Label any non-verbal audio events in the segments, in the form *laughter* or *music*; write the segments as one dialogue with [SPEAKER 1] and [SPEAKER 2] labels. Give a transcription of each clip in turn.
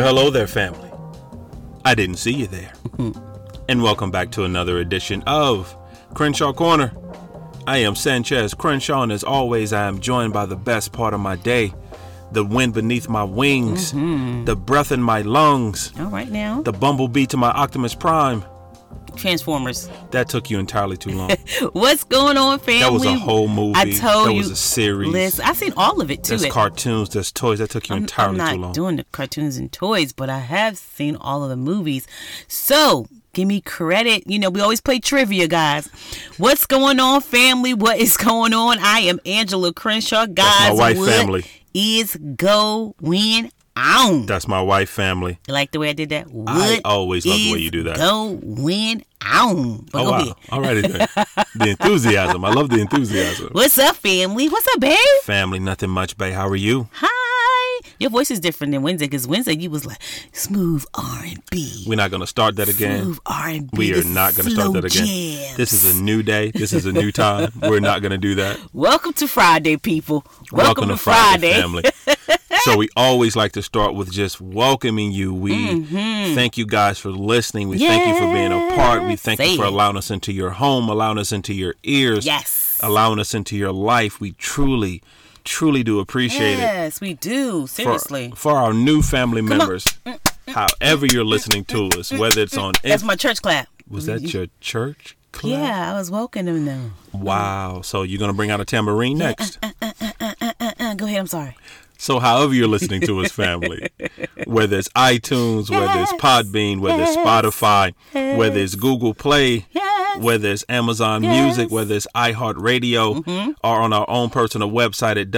[SPEAKER 1] hello there, family. I didn't see you
[SPEAKER 2] *laughs*
[SPEAKER 1] there. and welcome back to another edition of Crenshaw Corner. I am Sanchez Crenshaw, and as always, I am joined by the best part of my day the wind beneath my wings,
[SPEAKER 2] Mm-hmm.
[SPEAKER 1] the breath in my lungs,
[SPEAKER 2] All right now.
[SPEAKER 1] the bumblebee to my Optimus Prime.
[SPEAKER 2] Transformers.
[SPEAKER 1] That took you entirely too
[SPEAKER 2] *laughs*
[SPEAKER 1] long.
[SPEAKER 2] What's going on, fam?
[SPEAKER 1] That was a
[SPEAKER 2] We-
[SPEAKER 1] whole movie.
[SPEAKER 2] I told
[SPEAKER 1] that
[SPEAKER 2] you.
[SPEAKER 1] was a series.
[SPEAKER 2] Liz, I've seen all of it too.
[SPEAKER 1] There's
[SPEAKER 2] It-
[SPEAKER 1] cartoons, there's toys. That took you entirely
[SPEAKER 2] I'm not
[SPEAKER 1] too long.
[SPEAKER 2] doing the cartoons and toys, but I have seen all of the movies. So give me credit. You know, we always play trivia, guys. What's going on, family? What is going on? I am Angela Crenshaw. Guys,
[SPEAKER 1] my wife,
[SPEAKER 2] what
[SPEAKER 1] family.
[SPEAKER 2] is going on?
[SPEAKER 1] That's my wife family.
[SPEAKER 2] You like the way I did that? What
[SPEAKER 1] always love the way
[SPEAKER 2] is
[SPEAKER 1] you do that.
[SPEAKER 2] Going on. But
[SPEAKER 1] Oh
[SPEAKER 2] go
[SPEAKER 1] wow!
[SPEAKER 2] ahead.
[SPEAKER 1] All righty
[SPEAKER 2] *laughs*
[SPEAKER 1] then. the enthusiasm. I love the enthusiasm.
[SPEAKER 2] What's up, family? What's up, babe?
[SPEAKER 1] Family, nothing much, babe. How are you?
[SPEAKER 2] Hi. Your voice is different than Wednesday because Wednesday you was like smooth R and B,
[SPEAKER 1] We're not gonna start that again.
[SPEAKER 2] smooth R and B.
[SPEAKER 1] We are not gonna start that again. This is a new day. This is a new
[SPEAKER 2] *laughs*
[SPEAKER 1] time. We're not gonna do that.
[SPEAKER 2] welcome to Friday, people. Welcome, to, Friday.
[SPEAKER 1] family. so we always like to start with just welcoming you. We
[SPEAKER 2] Mm-hmm.
[SPEAKER 1] thank you guys for listening. We thank you for being a part. We
[SPEAKER 2] Yes.
[SPEAKER 1] thank
[SPEAKER 2] Say
[SPEAKER 1] you for
[SPEAKER 2] it.
[SPEAKER 1] allowing us into your home, allowing us into your ears,
[SPEAKER 2] Yes.
[SPEAKER 1] allowing us into your life. We truly, truly do appreciate it.
[SPEAKER 2] Yes, we do.
[SPEAKER 1] for,
[SPEAKER 2] Seriously, Mm,
[SPEAKER 1] for our new family members, however you're listening to us, whether it's on
[SPEAKER 2] that's
[SPEAKER 1] Inst-
[SPEAKER 2] my church clap.
[SPEAKER 1] was that your church club?
[SPEAKER 2] Yeah, I was welcoming them.
[SPEAKER 1] Wow. So you're gonna bring out a tambourine next.
[SPEAKER 2] Uh, go ahead. I'm sorry.
[SPEAKER 1] So however you're listening to us,
[SPEAKER 2] *laughs*
[SPEAKER 1] family, whether it's iTunes, whether it's
[SPEAKER 2] Yes.
[SPEAKER 1] Podbean, whether it's
[SPEAKER 2] Yes.
[SPEAKER 1] Spotify, whether it's Google Play.
[SPEAKER 2] Yes.
[SPEAKER 1] Whether it's Amazon Music,
[SPEAKER 2] Yes. Mm-hmm.
[SPEAKER 1] whether it's iHeartRadio, or on our own personal website at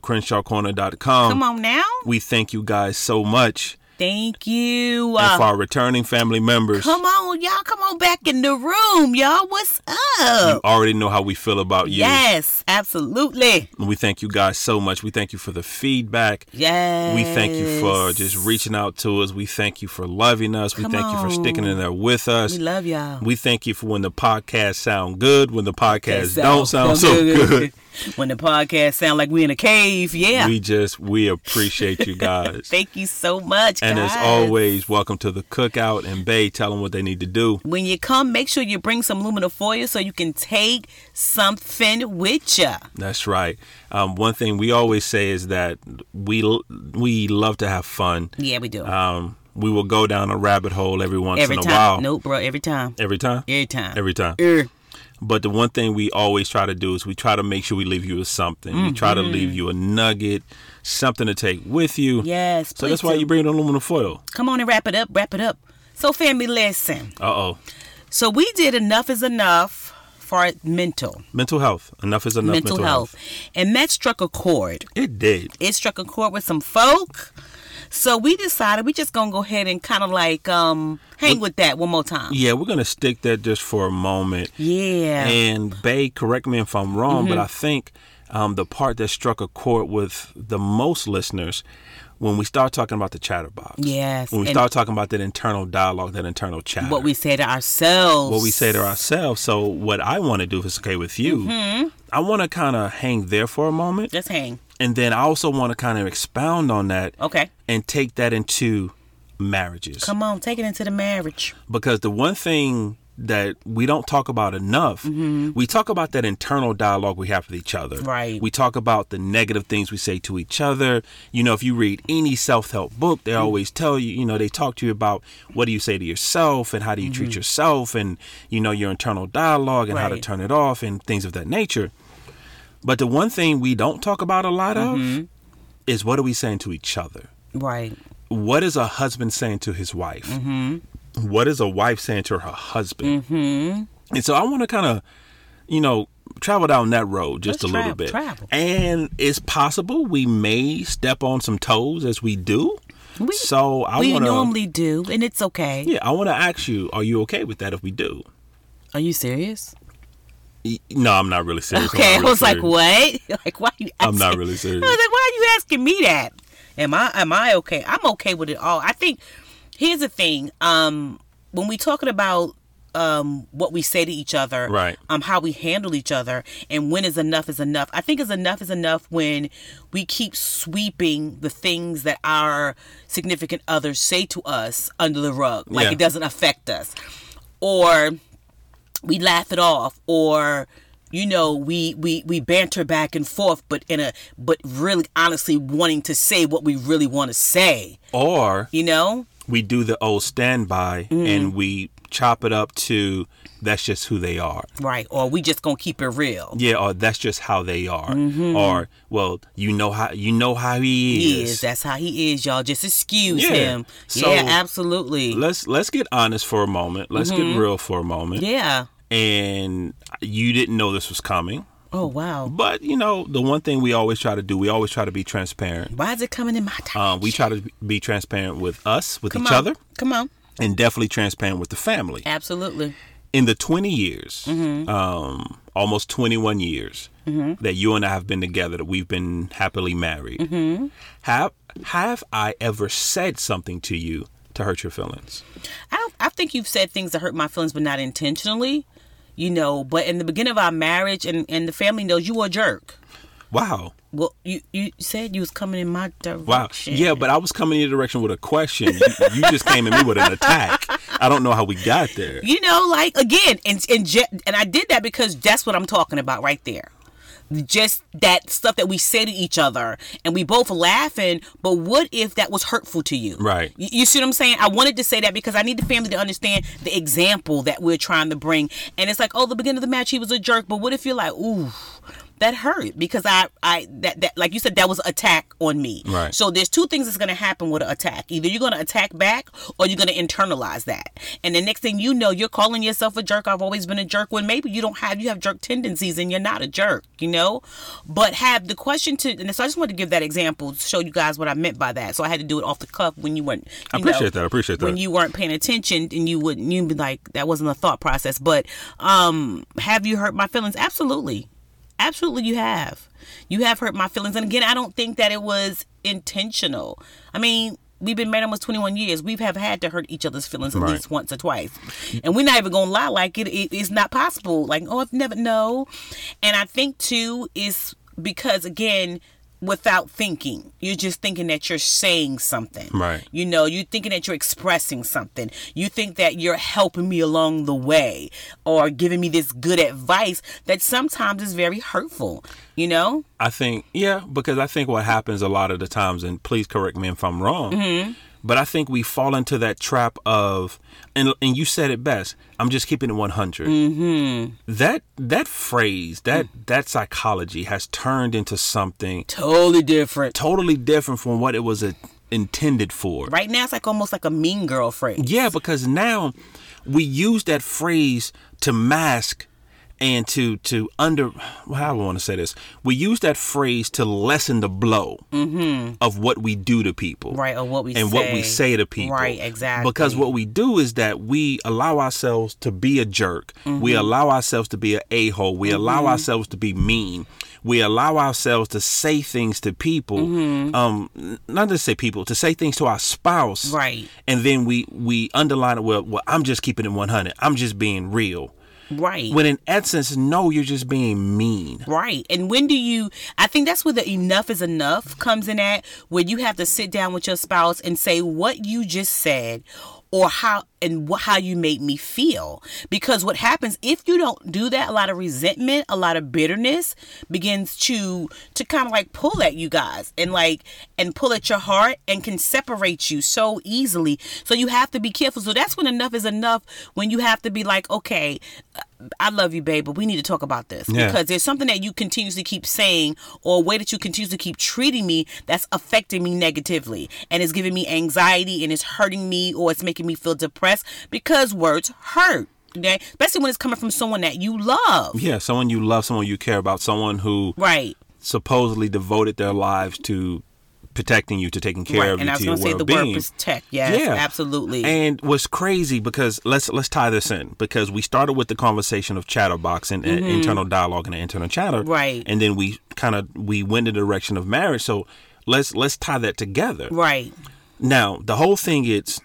[SPEAKER 1] www.thecrenshawcorner.com.
[SPEAKER 2] Come on now.
[SPEAKER 1] We thank you guys so much.
[SPEAKER 2] Thank you.
[SPEAKER 1] and for
[SPEAKER 2] Uh,
[SPEAKER 1] our returning family members.
[SPEAKER 2] come on, y'all. Come on back in the room, y'all. What's up?
[SPEAKER 1] You already know how we feel about you.
[SPEAKER 2] Yes, absolutely.
[SPEAKER 1] And we thank you guys so much. We thank you for the feedback.
[SPEAKER 2] Yes.
[SPEAKER 1] We thank you for just reaching out to us. We thank you for loving us. We
[SPEAKER 2] Come
[SPEAKER 1] thank you for sticking in there with us.
[SPEAKER 2] We love y'all.
[SPEAKER 1] We thank you for when the podcasts sound good, when the podcasts
[SPEAKER 2] That
[SPEAKER 1] don't sound
[SPEAKER 2] *laughs*
[SPEAKER 1] so good.
[SPEAKER 2] when the podcast sound like we in a cave, yeah.
[SPEAKER 1] We just we appreciate you guys.
[SPEAKER 2] *laughs* Thank you so much,
[SPEAKER 1] and
[SPEAKER 2] guys.
[SPEAKER 1] as always, welcome to the cookout and Bay. Tell them what they need to do.
[SPEAKER 2] when you come, make sure you bring some luminifolia so you can take something with ya.
[SPEAKER 1] That's right. Um, one thing we always say is that we l- we love to have fun.
[SPEAKER 2] Yeah, we do.
[SPEAKER 1] um, we will go down a rabbit hole every once
[SPEAKER 2] every
[SPEAKER 1] in a
[SPEAKER 2] time.
[SPEAKER 1] while.
[SPEAKER 2] Nope, bro. Every time.
[SPEAKER 1] Every time?
[SPEAKER 2] Every time.
[SPEAKER 1] Every time.
[SPEAKER 2] Er,
[SPEAKER 1] But the one thing we always try to do is we try to make sure we leave you with something. We try to leave
[SPEAKER 2] Mm-hmm.
[SPEAKER 1] you a nugget, something to take with you.
[SPEAKER 2] Yes.
[SPEAKER 1] So that's
[SPEAKER 2] please
[SPEAKER 1] why
[SPEAKER 2] do.
[SPEAKER 1] you bring the aluminum foil.
[SPEAKER 2] come on and wrap it up. Wrap it up. So, family, listen.
[SPEAKER 1] Uh oh.
[SPEAKER 2] So we did enough is enough for mental,
[SPEAKER 1] Mental health. Enough is enough.
[SPEAKER 2] mental, health. and that struck a chord.
[SPEAKER 1] It did.
[SPEAKER 2] It struck a chord with some folk. So we decided we just gonna go ahead and kind of like um hang with that one more time.
[SPEAKER 1] Yeah, we're going to stick that just for a moment.
[SPEAKER 2] Yeah, Mm-hmm.
[SPEAKER 1] And Bay, correct me if I'm wrong, but I think um, the part that struck a chord with the most listeners when we start talking about the chatterbox.
[SPEAKER 2] Yes,
[SPEAKER 1] When we
[SPEAKER 2] and-
[SPEAKER 1] start talking about that internal dialogue, that internal chatter.
[SPEAKER 2] what we say to ourselves.
[SPEAKER 1] what we say to ourselves. So what I want to do, if it's okay with you, I want to kind of hang there for a moment,
[SPEAKER 2] Just hang.
[SPEAKER 1] and then I also want to kind of expound on that
[SPEAKER 2] Okay,
[SPEAKER 1] and take that into marriages.
[SPEAKER 2] come on, take it into the marriage.
[SPEAKER 1] because the one thing that we don't talk about enough we talk about that internal dialogue we have with each other
[SPEAKER 2] Mm-hmm. Right.
[SPEAKER 1] we talk about the negative things we say to each other you know if you read any self-help book
[SPEAKER 2] Mm-hmm.
[SPEAKER 1] they always tell you you know they talk to you about what do you say to yourself and how do you treat yourself and you know your internal dialogue and how to
[SPEAKER 2] Mm-hmm. Right.
[SPEAKER 1] turn it off and things of that nature but the one thing we don't talk about a lot
[SPEAKER 2] Mm-hmm.
[SPEAKER 1] of is what are we saying to each other
[SPEAKER 2] Right.
[SPEAKER 1] what is a husband saying to his wife?
[SPEAKER 2] Mm-hmm.
[SPEAKER 1] What is a wife saying to her husband? And so I want to kind of, you know, travel down that road just
[SPEAKER 2] Let's
[SPEAKER 1] a little
[SPEAKER 2] trav-
[SPEAKER 1] bit.
[SPEAKER 2] travel.
[SPEAKER 1] And it's possible we may step on some toes as we do.
[SPEAKER 2] We-
[SPEAKER 1] so I
[SPEAKER 2] we
[SPEAKER 1] want to.
[SPEAKER 2] normally do, and it's okay.
[SPEAKER 1] yeah, I want to ask you, are you okay with that if we do?
[SPEAKER 2] Are you serious?
[SPEAKER 1] Y- No, I'm not really serious. I'm not
[SPEAKER 2] Okay, I
[SPEAKER 1] really
[SPEAKER 2] was like,
[SPEAKER 1] serious.
[SPEAKER 2] what? *laughs* Like, why? You
[SPEAKER 1] I'm not
[SPEAKER 2] asking-
[SPEAKER 1] really serious.
[SPEAKER 2] I was like, why are you asking me that? Am I am I okay? I'm okay with it all. I think here's the thing. Um, when we talking about um, what we say to each other,
[SPEAKER 1] Right.
[SPEAKER 2] um, how we handle each other, and when is enough is enough. I think is enough is enough when we keep sweeping the things that our significant others say to us under the rug, like
[SPEAKER 1] Yeah.
[SPEAKER 2] it doesn't affect us, or we laugh it off, or you know we we we banter back and forth, but in a but really honestly wanting to say what we really want to say,
[SPEAKER 1] Or
[SPEAKER 2] you know.
[SPEAKER 1] we do the old standby
[SPEAKER 2] Mm.
[SPEAKER 1] and we chop it up to that's just who they are.
[SPEAKER 2] Right, or we just gonna keep it real.
[SPEAKER 1] Yeah, or that's just how they are. Or well, you know how you know how he
[SPEAKER 2] Mm-hmm. He
[SPEAKER 1] is.
[SPEAKER 2] is. That's how he is, y'all. Just excuse
[SPEAKER 1] Yeah.
[SPEAKER 2] him.
[SPEAKER 1] So-
[SPEAKER 2] yeah, absolutely.
[SPEAKER 1] let's let's get honest for a moment. Let's get real for a moment.
[SPEAKER 2] Mm-hmm. yeah.
[SPEAKER 1] And you didn't know this was coming.
[SPEAKER 2] Oh wow.
[SPEAKER 1] But you know, the one thing we always try to do, we always try to be transparent.
[SPEAKER 2] Why is it coming in my time?
[SPEAKER 1] Um, we try to be transparent with us, with
[SPEAKER 2] Come
[SPEAKER 1] each
[SPEAKER 2] on.
[SPEAKER 1] other,
[SPEAKER 2] Come on.
[SPEAKER 1] and definitely transparent with the family.
[SPEAKER 2] Absolutely.
[SPEAKER 1] in the 20 years,
[SPEAKER 2] Mm-hmm.
[SPEAKER 1] um, almost 21 years that you and I have been together, that we've been happily married,
[SPEAKER 2] Mm-hmm.
[SPEAKER 1] have have I ever said something to you to hurt your feelings?
[SPEAKER 2] I don't. I think you've said things that hurt my feelings, but not intentionally. You know. But in the beginning of our marriage, and and the family knows you were a jerk.
[SPEAKER 1] Wow,
[SPEAKER 2] Well, you you said you was coming in my direction.
[SPEAKER 1] wow, yeah. But I was coming in your direction with a question. you, you just came at me with an attack. I don't know how we got there.
[SPEAKER 2] You know, like again, and and je- and I did that because that's what I'm talking about right there. Just that stuff that we say to each other, and we both laughing. But what if that was hurtful to you?
[SPEAKER 1] Right.
[SPEAKER 2] You, you see what I'm saying? I wanted to say that because I need the family to understand the example that we're trying to bring. And it's like, oh, the beginning of the match, he was a jerk. But what if you're like, ooh, that hurt because I, I that that like you said that was an attack on me.
[SPEAKER 1] Right.
[SPEAKER 2] So there's two things that's gonna happen with an attack. Either you're gonna attack back or you're gonna internalize that. And the next thing you know, you're calling yourself a jerk. I've always been a jerk when maybe you don't have you have jerk tendencies and you're not a jerk, you know? But have the question to and so I just wanted to give that example to show you guys what I meant by that. So I had to do it off the cuff when you weren't you
[SPEAKER 1] I appreciate
[SPEAKER 2] know,
[SPEAKER 1] that. I appreciate that.
[SPEAKER 2] when you weren't paying attention and you wouldn't you'd be like that wasn't a thought process but um have you hurt my feelings absolutely absolutely you have you have hurt my feelings and again i don't think that it was intentional i mean we've been married almost 21 years we've have had to hurt each other's feelings at
[SPEAKER 1] Right.
[SPEAKER 2] least once or twice and we're not even gonna lie like it, it it's not possible like oh i've never no and i think too is because again without thinking you're just thinking that you're saying something
[SPEAKER 1] Right.
[SPEAKER 2] you know, you thinking that you're expressing something. You think that you're helping me along the way or giving me this good advice that sometimes is very hurtful, you know?
[SPEAKER 1] I think, yeah, because I think what happens a lot of the times, and please correct me if I'm wrong, but I think we fall into that trap of, and and you said it best. I'm just keeping it 100. Mm-hmm. That that phrase, that that psychology has turned into something
[SPEAKER 2] Totally different.
[SPEAKER 1] totally different from what it was uh intended for.
[SPEAKER 2] Right now, it's like almost like a mean girlfriend.
[SPEAKER 1] Yeah, because now we use that phrase to mask and to to under well, I want to say this. We use that phrase to lessen the blow of what we do to people.
[SPEAKER 2] Mm-hmm. Right, or what we
[SPEAKER 1] and what we
[SPEAKER 2] say.
[SPEAKER 1] say to people.
[SPEAKER 2] Right, exactly.
[SPEAKER 1] Because what we do is that we allow ourselves to be a jerk. We
[SPEAKER 2] Mm-hmm.
[SPEAKER 1] allow ourselves to be an a hole. We allow ourselves to be mean. We allow ourselves to say things to people.
[SPEAKER 2] Mm-hmm.
[SPEAKER 1] Um, n- not to say people, to say things to our spouse
[SPEAKER 2] Right.
[SPEAKER 1] and then we we underline it well well i'm just keeping it 100 i'm just being real
[SPEAKER 2] Right.
[SPEAKER 1] when in essence no you're just being mean
[SPEAKER 2] Right. And when do you I think that's where the enough is enough comes in at where you have to sit down with your spouse and say what you just said or how and wh- how you made me feel because what happens if you don't do that a lot of resentment a lot of bitterness begins to to kind of like pull at you guys and like and pull at your heart and can separate you so easily so you have to be careful so that's when enough is enough when you have to be like okay i love you babe but we need to talk about this
[SPEAKER 1] Yeah.
[SPEAKER 2] because there's something that you continuously keep saying or a way that you continuously keep treating me that's affecting me negatively and it's giving me anxiety and it's hurting me or it's making me feel depressed because words hurt okay especially when it's coming from someone that you love
[SPEAKER 1] yeah someone you love someone you care about someone who
[SPEAKER 2] right
[SPEAKER 1] supposedly devoted their lives to protecting you to taking care
[SPEAKER 2] right
[SPEAKER 1] of you
[SPEAKER 2] and i was
[SPEAKER 1] to your
[SPEAKER 2] gonna say the
[SPEAKER 1] well-being
[SPEAKER 2] word protect yes
[SPEAKER 1] Yeah.
[SPEAKER 2] absolutely
[SPEAKER 1] And what's crazy because let's let's tie this in because we started with the conversation of chatterbox and, and internal dialogue and internal chatter,
[SPEAKER 2] Mm-hmm. Right.
[SPEAKER 1] And then we kind of we went in the direction of marriage. So let's let's tie that together.
[SPEAKER 2] right
[SPEAKER 1] Now, the whole thing is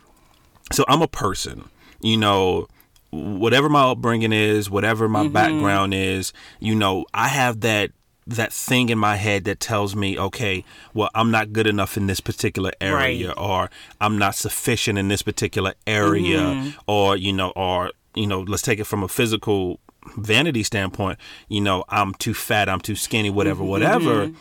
[SPEAKER 1] so I'm a person, you know, whatever my upbringing is, whatever my background is, you know, I have that that thing in my head that tells me, okay, well, I'm not good enough in this particular area,
[SPEAKER 2] Right.
[SPEAKER 1] or I'm not sufficient in this particular area, or you know, or you know, let's take it from a physical vanity standpoint. You know, I'm too fat, I'm too skinny, whatever, whatever.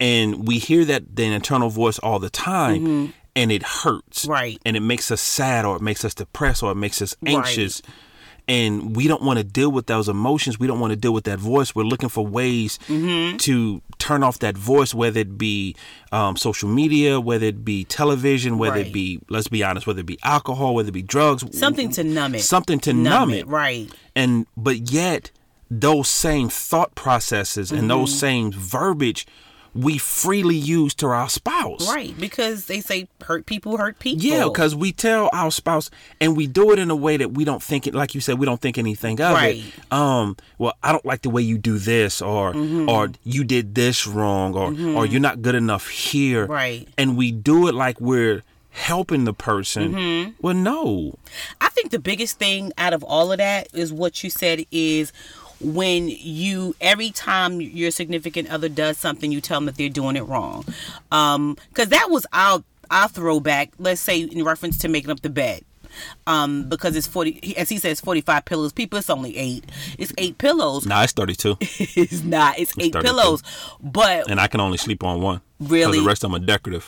[SPEAKER 1] And we hear that the internal voice all the time, and it hurts,
[SPEAKER 2] Right.
[SPEAKER 1] And it makes us sad, or it makes us depressed, or it makes us anxious and we don't want to deal with those emotions we don't want to deal with that voice we're looking for ways
[SPEAKER 2] Mm-hmm.
[SPEAKER 1] to turn off that voice whether it be um, social media whether it be television whether
[SPEAKER 2] Right.
[SPEAKER 1] it be let's be honest whether it be alcohol whether it be drugs
[SPEAKER 2] Something to numb it.
[SPEAKER 1] something to numb, it,
[SPEAKER 2] Right.
[SPEAKER 1] and but yet those same thought processes and
[SPEAKER 2] Mm-hmm.
[SPEAKER 1] those same verbiage we freely use to our spouse
[SPEAKER 2] Right. Because they say hurt people hurt people.
[SPEAKER 1] yeah, because we tell our spouse, and we do it in a way that we don't think it. Like you said, we don't think anything of
[SPEAKER 2] Right.
[SPEAKER 1] it. Um, well, I don't like the way you do this, or
[SPEAKER 2] Mm-hmm.
[SPEAKER 1] or you did this wrong, or or you're not good enough here.
[SPEAKER 2] Right.
[SPEAKER 1] And we do it like we're helping the person.
[SPEAKER 2] Mm-hmm.
[SPEAKER 1] Well, no.
[SPEAKER 2] I think the biggest thing out of all of that is what you said is when you every time your significant other does something you tell them that they're doing it wrong um because that was our our throwback let's say in reference to making up the bed um because it's 40 as he says 45 pillows people it's only eight it's eight pillows *laughs*
[SPEAKER 1] Nah, it's thirty-two,
[SPEAKER 2] it's not it's eight
[SPEAKER 1] 32.
[SPEAKER 2] pillows but
[SPEAKER 1] and I can only sleep on one. 'Cause
[SPEAKER 2] Really?
[SPEAKER 1] the rest of them are decorative.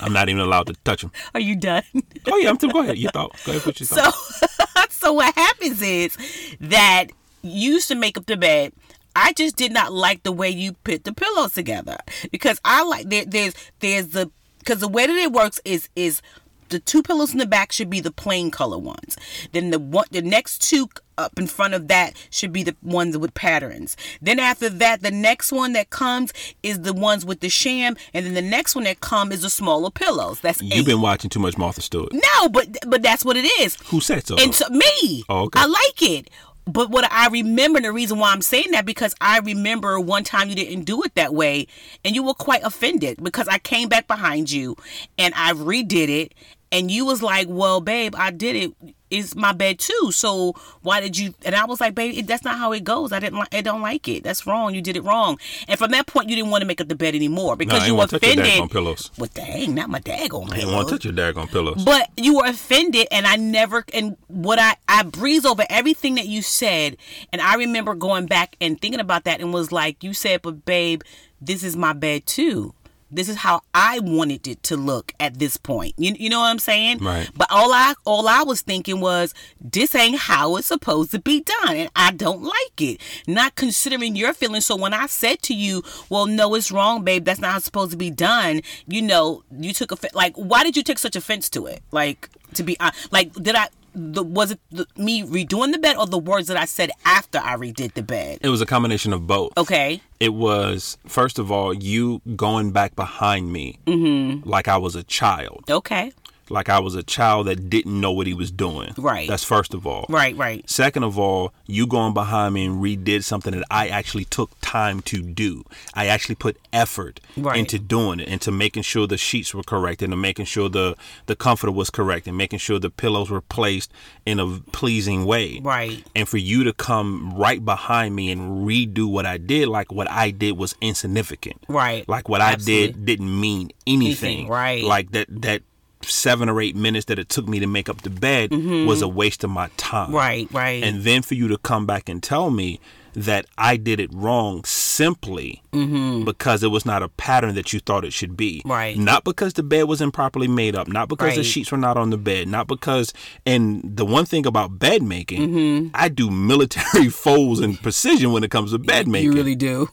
[SPEAKER 1] I'm not even allowed to touch them.
[SPEAKER 2] are you done
[SPEAKER 1] Oh yeah, I'm too. Go ahead. You thought. Go ahead. What you thought.
[SPEAKER 2] so so what happens is that you used to make up the bed I just did not like the way you put the pillows together because I like there, there's there's the because the way that it works is is the two pillows in the back should be the plain color ones. Then the one the next two up in front of that should be the ones with patterns. Then after that, the next one that comes is the ones with the sham, and then the next one that come is the smaller pillows. That's
[SPEAKER 1] You've
[SPEAKER 2] eight.
[SPEAKER 1] been watching too much Martha Stewart.
[SPEAKER 2] no, but but that's what it is.
[SPEAKER 1] Who said so?
[SPEAKER 2] And so me,
[SPEAKER 1] Oh, okay.
[SPEAKER 2] I like it. But what I remember the reason why I'm saying that because I remember one time you didn't do it that way, and you were quite offended because I came back behind you, and I redid it, and you was like, "Well, babe, I did it. It's my bed too. So why did you?" And I was like, "Babe, it, that's not how it goes. I didn't. Li- I don't like it. That's wrong. You did it wrong." And from that point, you didn't want to make up the bed anymore
[SPEAKER 1] Nah,
[SPEAKER 2] because
[SPEAKER 1] I ain't
[SPEAKER 2] you were
[SPEAKER 1] want to touch your daggone
[SPEAKER 2] offended.
[SPEAKER 1] pillows.
[SPEAKER 2] Well, dang, not my daggone
[SPEAKER 1] I ain't
[SPEAKER 2] pillows.
[SPEAKER 1] want to touch your daggone pillows.
[SPEAKER 2] But you were offended, and I never, and what I, I breeze over everything that you said. And I remember going back and thinking about that and was like, you said, but babe, this is my bed too. This is how I wanted it to look at this point. You, you know what I'm saying?
[SPEAKER 1] Right.
[SPEAKER 2] But all I all I was thinking was this ain't how it's supposed to be done and I don't like it. Not considering your feelings. So when I said to you, "Well, no, it's wrong, babe. That's not how it's supposed to be done." You know, you took offense. Like, why did you take such offense to it? Like, to be honest, like, did I? The, was it the, me redoing the bed or the words that I said after I redid the bed?
[SPEAKER 1] It was a combination of both.
[SPEAKER 2] Okay.
[SPEAKER 1] It was first of all you going back behind me
[SPEAKER 2] Mm-hmm.
[SPEAKER 1] like I was a child,
[SPEAKER 2] Okay.
[SPEAKER 1] like I was a child that didn't know what he was doing.
[SPEAKER 2] Right.
[SPEAKER 1] That's first of all.
[SPEAKER 2] Right. Right.
[SPEAKER 1] Second of all, you going behind me and redid something that I actually took time to do. I actually put effort
[SPEAKER 2] Right.
[SPEAKER 1] into doing it, into making sure the sheets were correct, into making sure the the comforter was correct, and making sure the pillows were placed in a pleasing way.
[SPEAKER 2] Right.
[SPEAKER 1] And for you to come right behind me and redo what I did, like what I did was insignificant.
[SPEAKER 2] Right.
[SPEAKER 1] Like what I
[SPEAKER 2] Absolutely.
[SPEAKER 1] did didn't mean anything.
[SPEAKER 2] Anything, right.
[SPEAKER 1] Like that that seven or eight minutes that it took me to make up the bed
[SPEAKER 2] Mm-hmm.
[SPEAKER 1] was a waste of my time.
[SPEAKER 2] Right. Right.
[SPEAKER 1] And then for you to come back and tell me that I did it wrong simply because it was not a pattern that you thought it should be.
[SPEAKER 2] Mm-hmm. Right.
[SPEAKER 1] Not because the bed was improperly made up, not because the
[SPEAKER 2] Right.
[SPEAKER 1] sheets were not on the bed, not because, and the one thing about bed making, I do military *laughs* folds and precision when it comes to bed making.
[SPEAKER 2] Mm-hmm. you really do.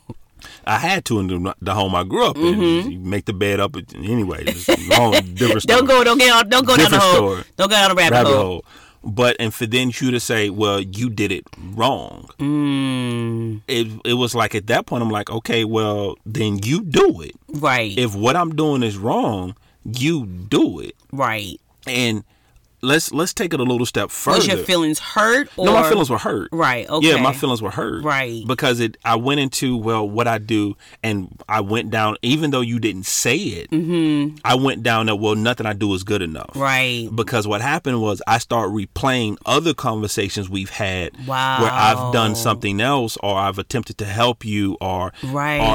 [SPEAKER 1] I had to in the, the home I grew up in. You make the bed up it- anyway. It's a
[SPEAKER 2] *laughs*
[SPEAKER 1] long, different
[SPEAKER 2] Mm-hmm.
[SPEAKER 1] story
[SPEAKER 2] Don't go. Don't get. on- Don't go down the
[SPEAKER 1] Different
[SPEAKER 2] hole.
[SPEAKER 1] story.
[SPEAKER 2] Don't go down the rabbit,
[SPEAKER 1] rabbit
[SPEAKER 2] hole.
[SPEAKER 1] hole. But and for then you to say, well, you did it wrong.
[SPEAKER 2] Mm,
[SPEAKER 1] It it was like at that point I'm like, okay, well then you do it.
[SPEAKER 2] Right.
[SPEAKER 1] If what I'm doing is wrong, you do it.
[SPEAKER 2] right.
[SPEAKER 1] And let's let's take it a little step further.
[SPEAKER 2] Was your feelings hurt? Or...
[SPEAKER 1] no, my feelings were hurt.
[SPEAKER 2] Right. Okay.
[SPEAKER 1] Yeah, my feelings were hurt.
[SPEAKER 2] Right.
[SPEAKER 1] Because it, I went into well, what I do, and I went down. Even though you didn't say it,
[SPEAKER 2] Mm-hmm.
[SPEAKER 1] I went down that well, nothing I do is good enough.
[SPEAKER 2] Right.
[SPEAKER 1] Because what happened was I start replaying other conversations we've had
[SPEAKER 2] Wow.
[SPEAKER 1] where I've done something else or I've attempted to help you or
[SPEAKER 2] Right.
[SPEAKER 1] or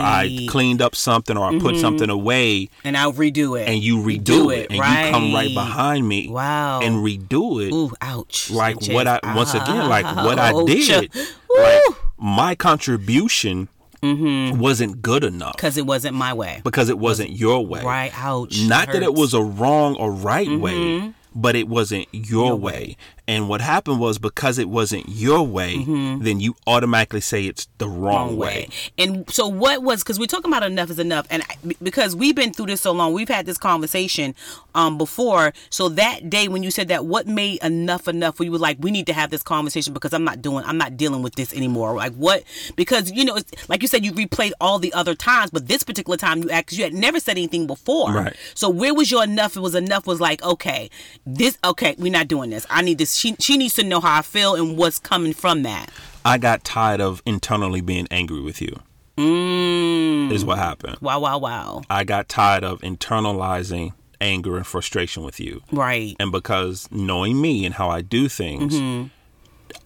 [SPEAKER 1] I cleaned up something or I put something away
[SPEAKER 2] And I'll redo it.
[SPEAKER 1] and you redo,
[SPEAKER 2] Redo
[SPEAKER 1] it, and
[SPEAKER 2] it,
[SPEAKER 1] you come right
[SPEAKER 2] right.
[SPEAKER 1] behind me
[SPEAKER 2] Wow.
[SPEAKER 1] and redo it
[SPEAKER 2] Ooh, Oh, ouch.
[SPEAKER 1] like
[SPEAKER 2] Sanchez.
[SPEAKER 1] what I once again
[SPEAKER 2] *laughs*
[SPEAKER 1] like what I
[SPEAKER 2] Ouch.
[SPEAKER 1] did like my contribution
[SPEAKER 2] Mm-hmm.
[SPEAKER 1] wasn't good enough
[SPEAKER 2] Because it wasn't my way.
[SPEAKER 1] because it wasn't your way
[SPEAKER 2] Right. Ouch.
[SPEAKER 1] not that it
[SPEAKER 2] Hurts.
[SPEAKER 1] was a wrong or right way but it wasn't your, way. and what happened was because it wasn't your way then you automatically say it's the Mm-hmm. wrong,
[SPEAKER 2] wrong
[SPEAKER 1] way.
[SPEAKER 2] way. And so what was because we're talking about enough is enough, and I, be- because we've been through this so long, we've had this conversation um before. So that day when you said that, what made enough enough? Where you were like, we need to have this conversation because I'm not doing, I'm not dealing with this anymore. Like what? Because you know, it's, like you said, you replayed all the other times, but this particular time you act because you had never said anything before.
[SPEAKER 1] Right.
[SPEAKER 2] So where was your enough? It was enough. Was like okay, this okay, we're not doing this. I need this. She she needs to know how I feel and what's coming from that.
[SPEAKER 1] i got tired of internally being angry with you mm. is what happened
[SPEAKER 2] Wow, wow, wow.
[SPEAKER 1] I got tired of internalizing anger and frustration with you.
[SPEAKER 2] Right.
[SPEAKER 1] And because knowing me and how I do things,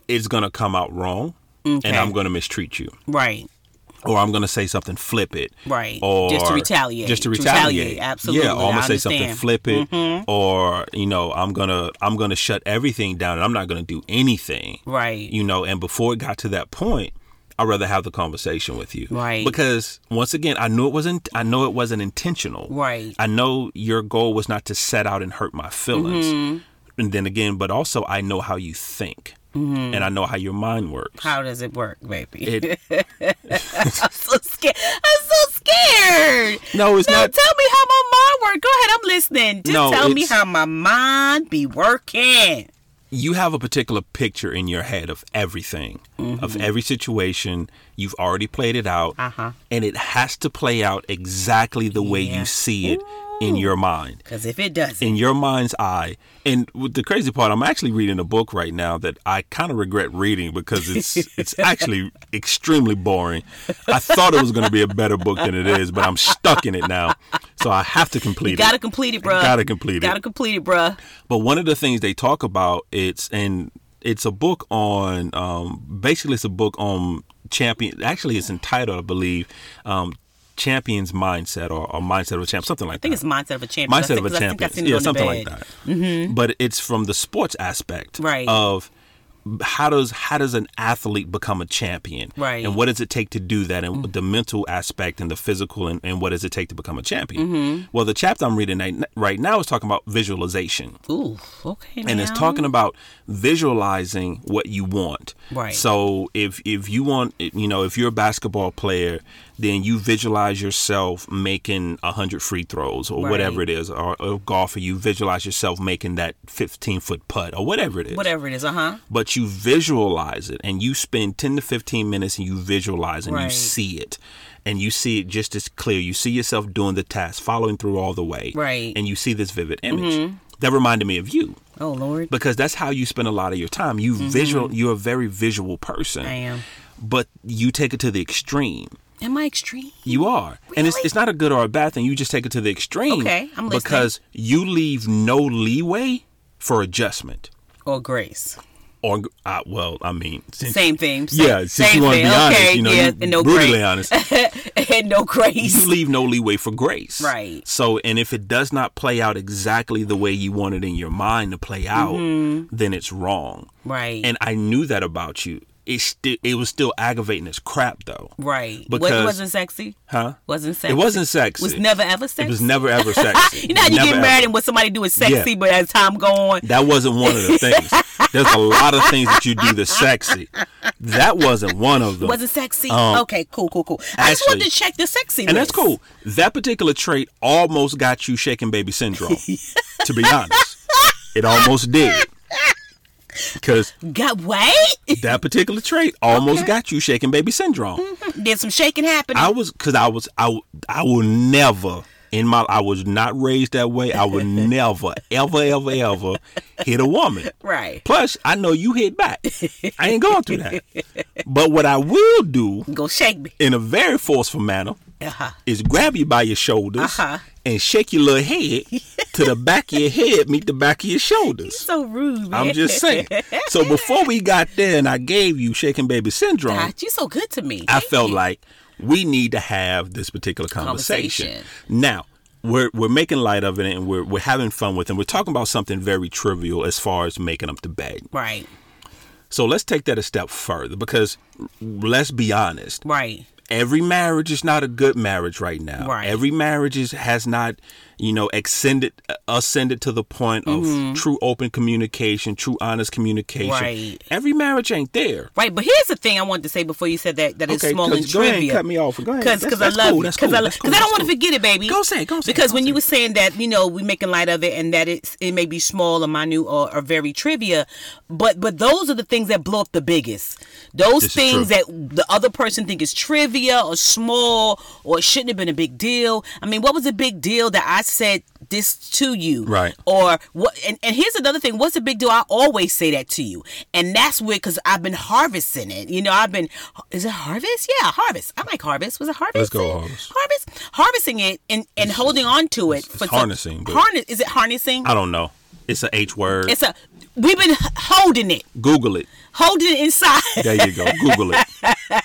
[SPEAKER 1] it's going to come out wrong and
[SPEAKER 2] Okay.
[SPEAKER 1] I'm going to mistreat you.
[SPEAKER 2] Right.
[SPEAKER 1] Or I'm going to say something flippant.
[SPEAKER 2] Right.
[SPEAKER 1] Or
[SPEAKER 2] Just to retaliate.
[SPEAKER 1] Just to
[SPEAKER 2] To
[SPEAKER 1] retaliate.
[SPEAKER 2] retaliate, absolutely.
[SPEAKER 1] Yeah. Or I'm
[SPEAKER 2] I
[SPEAKER 1] gonna say something
[SPEAKER 2] understand. Mm-hmm.
[SPEAKER 1] flippant. Or, you know, I'm gonna I'm gonna shut everything down and I'm not gonna do anything
[SPEAKER 2] Right.
[SPEAKER 1] you know and before it got to that point i'd rather have the conversation with you
[SPEAKER 2] Right.
[SPEAKER 1] because once again i knew it wasn't i know it wasn't intentional
[SPEAKER 2] Right.
[SPEAKER 1] i know your goal was not to set out and hurt my feelings
[SPEAKER 2] Mm-hmm.
[SPEAKER 1] and then again but also i know how you think and i know how your mind works
[SPEAKER 2] Mm-hmm. How does it work, baby?
[SPEAKER 1] it,
[SPEAKER 2] *laughs* I'm so scared. I'm so scared.
[SPEAKER 1] no it's
[SPEAKER 2] No,
[SPEAKER 1] not
[SPEAKER 2] tell me how my mind work. Go ahead, I'm listening. Just
[SPEAKER 1] No,
[SPEAKER 2] tell me
[SPEAKER 1] it's-
[SPEAKER 2] how my mind be working.
[SPEAKER 1] you have a particular picture in your head of everything, of every situation. You've already played it out,
[SPEAKER 2] Mm-hmm. Uh-huh.
[SPEAKER 1] and it has to play out exactly the way
[SPEAKER 2] Yeah.
[SPEAKER 1] you see it in your mind.
[SPEAKER 2] Cause if it doesn't,
[SPEAKER 1] In your mind's eye, and with the crazy part, I'm actually reading a book right now that I kind of regret reading because
[SPEAKER 2] *laughs*
[SPEAKER 1] it's it's actually extremely boring. I thought it was going to be a better book than it is, but I'm stuck in it now, so I have to complete
[SPEAKER 2] you
[SPEAKER 1] it.
[SPEAKER 2] gotta complete it, bruh.
[SPEAKER 1] Gotta complete it.
[SPEAKER 2] Gotta complete it, bruh.
[SPEAKER 1] But one of the things they talk about it's and it's a book on um, basically it's a book on champion. Actually, it's entitled I believe um, "Champions Mindset" or, or "Mindset of a Champ," something like
[SPEAKER 2] I think
[SPEAKER 1] that.
[SPEAKER 2] it's mindset of a champion.
[SPEAKER 1] Mindset
[SPEAKER 2] I
[SPEAKER 1] of a
[SPEAKER 2] think- 'cause I think I
[SPEAKER 1] champion,
[SPEAKER 2] seen it
[SPEAKER 1] yeah,
[SPEAKER 2] on the
[SPEAKER 1] something like
[SPEAKER 2] bed. Mm-hmm.
[SPEAKER 1] that. But it's from the sports aspect,
[SPEAKER 2] Right.
[SPEAKER 1] Of how does how does an athlete become a champion,
[SPEAKER 2] Right. Mm.
[SPEAKER 1] And what does it take to do that, and the mental aspect and the physical, and, and what does it take to become a champion?
[SPEAKER 2] Mm-hmm.
[SPEAKER 1] Well, the chapter I'm reading right- right now is talking about visualization
[SPEAKER 2] Ooh, okay.
[SPEAKER 1] and it's
[SPEAKER 2] now.
[SPEAKER 1] talking about visualizing what you want.
[SPEAKER 2] Right.
[SPEAKER 1] So if if you want, you know, if you're a basketball player, then you visualize yourself making hundred free throws or
[SPEAKER 2] Right.
[SPEAKER 1] whatever it is, or, or golf, or you visualize yourself making that fifteen foot putt or whatever it is.
[SPEAKER 2] whatever it is. Uh huh.
[SPEAKER 1] But you visualize it, and you spend ten to fifteen minutes, and you visualize, and you
[SPEAKER 2] Right.
[SPEAKER 1] see it, and you see it just as clear. You see yourself doing the task, following through all the way,
[SPEAKER 2] Right. Mm-hmm.
[SPEAKER 1] And you see this vivid image. That reminded me of you
[SPEAKER 2] Oh Lord,
[SPEAKER 1] because that's how you spend a lot of your time. You
[SPEAKER 2] Mm-hmm.
[SPEAKER 1] visual, you're a very visual person.
[SPEAKER 2] I am.
[SPEAKER 1] But you take it to the extreme.
[SPEAKER 2] Am I extreme?
[SPEAKER 1] You are, and it's
[SPEAKER 2] Really?
[SPEAKER 1] it's not a good or a bad thing. You just take it to the extreme.
[SPEAKER 2] Okay, I'm listening.
[SPEAKER 1] Because you leave no leeway for adjustment.
[SPEAKER 2] Or grace?
[SPEAKER 1] Or uh, well, I mean, since,
[SPEAKER 2] Same thing. Same,
[SPEAKER 1] yeah, since
[SPEAKER 2] same
[SPEAKER 1] you want to
[SPEAKER 2] thing.
[SPEAKER 1] be honest,
[SPEAKER 2] okay,
[SPEAKER 1] you know,
[SPEAKER 2] yeah,
[SPEAKER 1] you
[SPEAKER 2] and no
[SPEAKER 1] brutally
[SPEAKER 2] grace.
[SPEAKER 1] honest. *laughs*
[SPEAKER 2] and no
[SPEAKER 1] you
[SPEAKER 2] *laughs* grace.
[SPEAKER 1] leave no leeway for grace.
[SPEAKER 2] Right.
[SPEAKER 1] So, and if it does not play out exactly the way you want it in your mind to play out,
[SPEAKER 2] Mm-hmm.
[SPEAKER 1] then it's wrong.
[SPEAKER 2] Right.
[SPEAKER 1] and I knew that about you. It sti- it was still aggravating as crap though,
[SPEAKER 2] right. What
[SPEAKER 1] because-
[SPEAKER 2] wasn't sexy?
[SPEAKER 1] huh?
[SPEAKER 2] Wasn't sexy.
[SPEAKER 1] It wasn't sexy.
[SPEAKER 2] Was never ever
[SPEAKER 1] It
[SPEAKER 2] sexy. *laughs*
[SPEAKER 1] was never ever sexy.
[SPEAKER 2] you know how you
[SPEAKER 1] Never,
[SPEAKER 2] get
[SPEAKER 1] ever.
[SPEAKER 2] married and what somebody do is sexy,
[SPEAKER 1] Yeah.
[SPEAKER 2] but as time go on,
[SPEAKER 1] That wasn't one of the things. There's a lot of things that you do that's sexy. That wasn't one of them.
[SPEAKER 2] wasn't sexy.
[SPEAKER 1] Um,
[SPEAKER 2] okay, cool, cool, cool. I just wanted
[SPEAKER 1] actually-
[SPEAKER 2] to check the sexy.
[SPEAKER 1] and that's
[SPEAKER 2] list.
[SPEAKER 1] cool. That particular trait almost got you shaking baby
[SPEAKER 2] *laughs*
[SPEAKER 1] syndrome. to be honest, it almost did. Because
[SPEAKER 2] Got *laughs* wait.
[SPEAKER 1] that particular trait almost got you shaking baby syndrome.
[SPEAKER 2] There's some shaking happening.
[SPEAKER 1] I was because I was I w- I will never in my I was not raised that way. I would never, ever, ever, ever hit a woman.
[SPEAKER 2] Right.
[SPEAKER 1] Plus, I know you hit back. I ain't going through that. But what I will do
[SPEAKER 2] Go shake me.
[SPEAKER 1] in a very forceful manner
[SPEAKER 2] Uh-huh.
[SPEAKER 1] is grab you by your shoulders
[SPEAKER 2] Uh-huh.
[SPEAKER 1] and shake your little head to the back of your head, meet the back of your shoulders.
[SPEAKER 2] *laughs* So rude, man.
[SPEAKER 1] I'm just saying. So before we got there and I gave you shaking baby syndrome,
[SPEAKER 2] God, you so good to me.
[SPEAKER 1] um, I felt like we need to have this particular conversation.
[SPEAKER 2] Conversation.
[SPEAKER 1] Now, we're we're making light of it and we're we're having fun with it. We're talking about something very trivial as far as making up the bed.
[SPEAKER 2] right.
[SPEAKER 1] So let's take that a step further because let's be honest.
[SPEAKER 2] Right.
[SPEAKER 1] Every marriage is not a good marriage right now.
[SPEAKER 2] Right.
[SPEAKER 1] Every marriage is, has not, you know, extended ascended to the point of
[SPEAKER 2] Mm-hmm.
[SPEAKER 1] true open communication, true honest communication.
[SPEAKER 2] Right.
[SPEAKER 1] Every marriage ain't there.
[SPEAKER 2] Right. But here's the thing I wanted to say before you said that that it's small
[SPEAKER 1] 'cause
[SPEAKER 2] and
[SPEAKER 1] go ahead and
[SPEAKER 2] trivia.
[SPEAKER 1] cut me off. Go ahead.
[SPEAKER 2] Because
[SPEAKER 1] That's-
[SPEAKER 2] cause I
[SPEAKER 1] that's
[SPEAKER 2] love
[SPEAKER 1] cool,
[SPEAKER 2] you.
[SPEAKER 1] that's
[SPEAKER 2] Because
[SPEAKER 1] cool,
[SPEAKER 2] I, lo-
[SPEAKER 1] that's cool,
[SPEAKER 2] 'cause I don't
[SPEAKER 1] that's
[SPEAKER 2] want to
[SPEAKER 1] cool.
[SPEAKER 2] forget it, baby.
[SPEAKER 1] Go say it, go say it,
[SPEAKER 2] Because
[SPEAKER 1] go
[SPEAKER 2] when
[SPEAKER 1] say
[SPEAKER 2] you
[SPEAKER 1] it.
[SPEAKER 2] were saying that, you know, we making light of it and that it's it may be small or minute or, or very trivia, but but those are the things that blow up the biggest. Those
[SPEAKER 1] This is
[SPEAKER 2] things
[SPEAKER 1] true.
[SPEAKER 2] that the other person think is trivia or small or it shouldn't have been a big deal. I mean, what was a big deal that I said this to you?
[SPEAKER 1] Right.
[SPEAKER 2] or what and, and here's another thing what's the big deal i always say that to you and that's weird because i've been harvesting it you know i've been is it harvest yeah harvest i like harvest was it harvest
[SPEAKER 1] Let's go, harvest.
[SPEAKER 2] harvest harvesting it and and holding on to it
[SPEAKER 1] it's
[SPEAKER 2] for some-
[SPEAKER 1] harnessing, but-
[SPEAKER 2] harness is it harnessing
[SPEAKER 1] I don't know. It's a H word.
[SPEAKER 2] it's a we've been h- holding it
[SPEAKER 1] Google it.
[SPEAKER 2] holding it inside
[SPEAKER 1] There you go. Google it.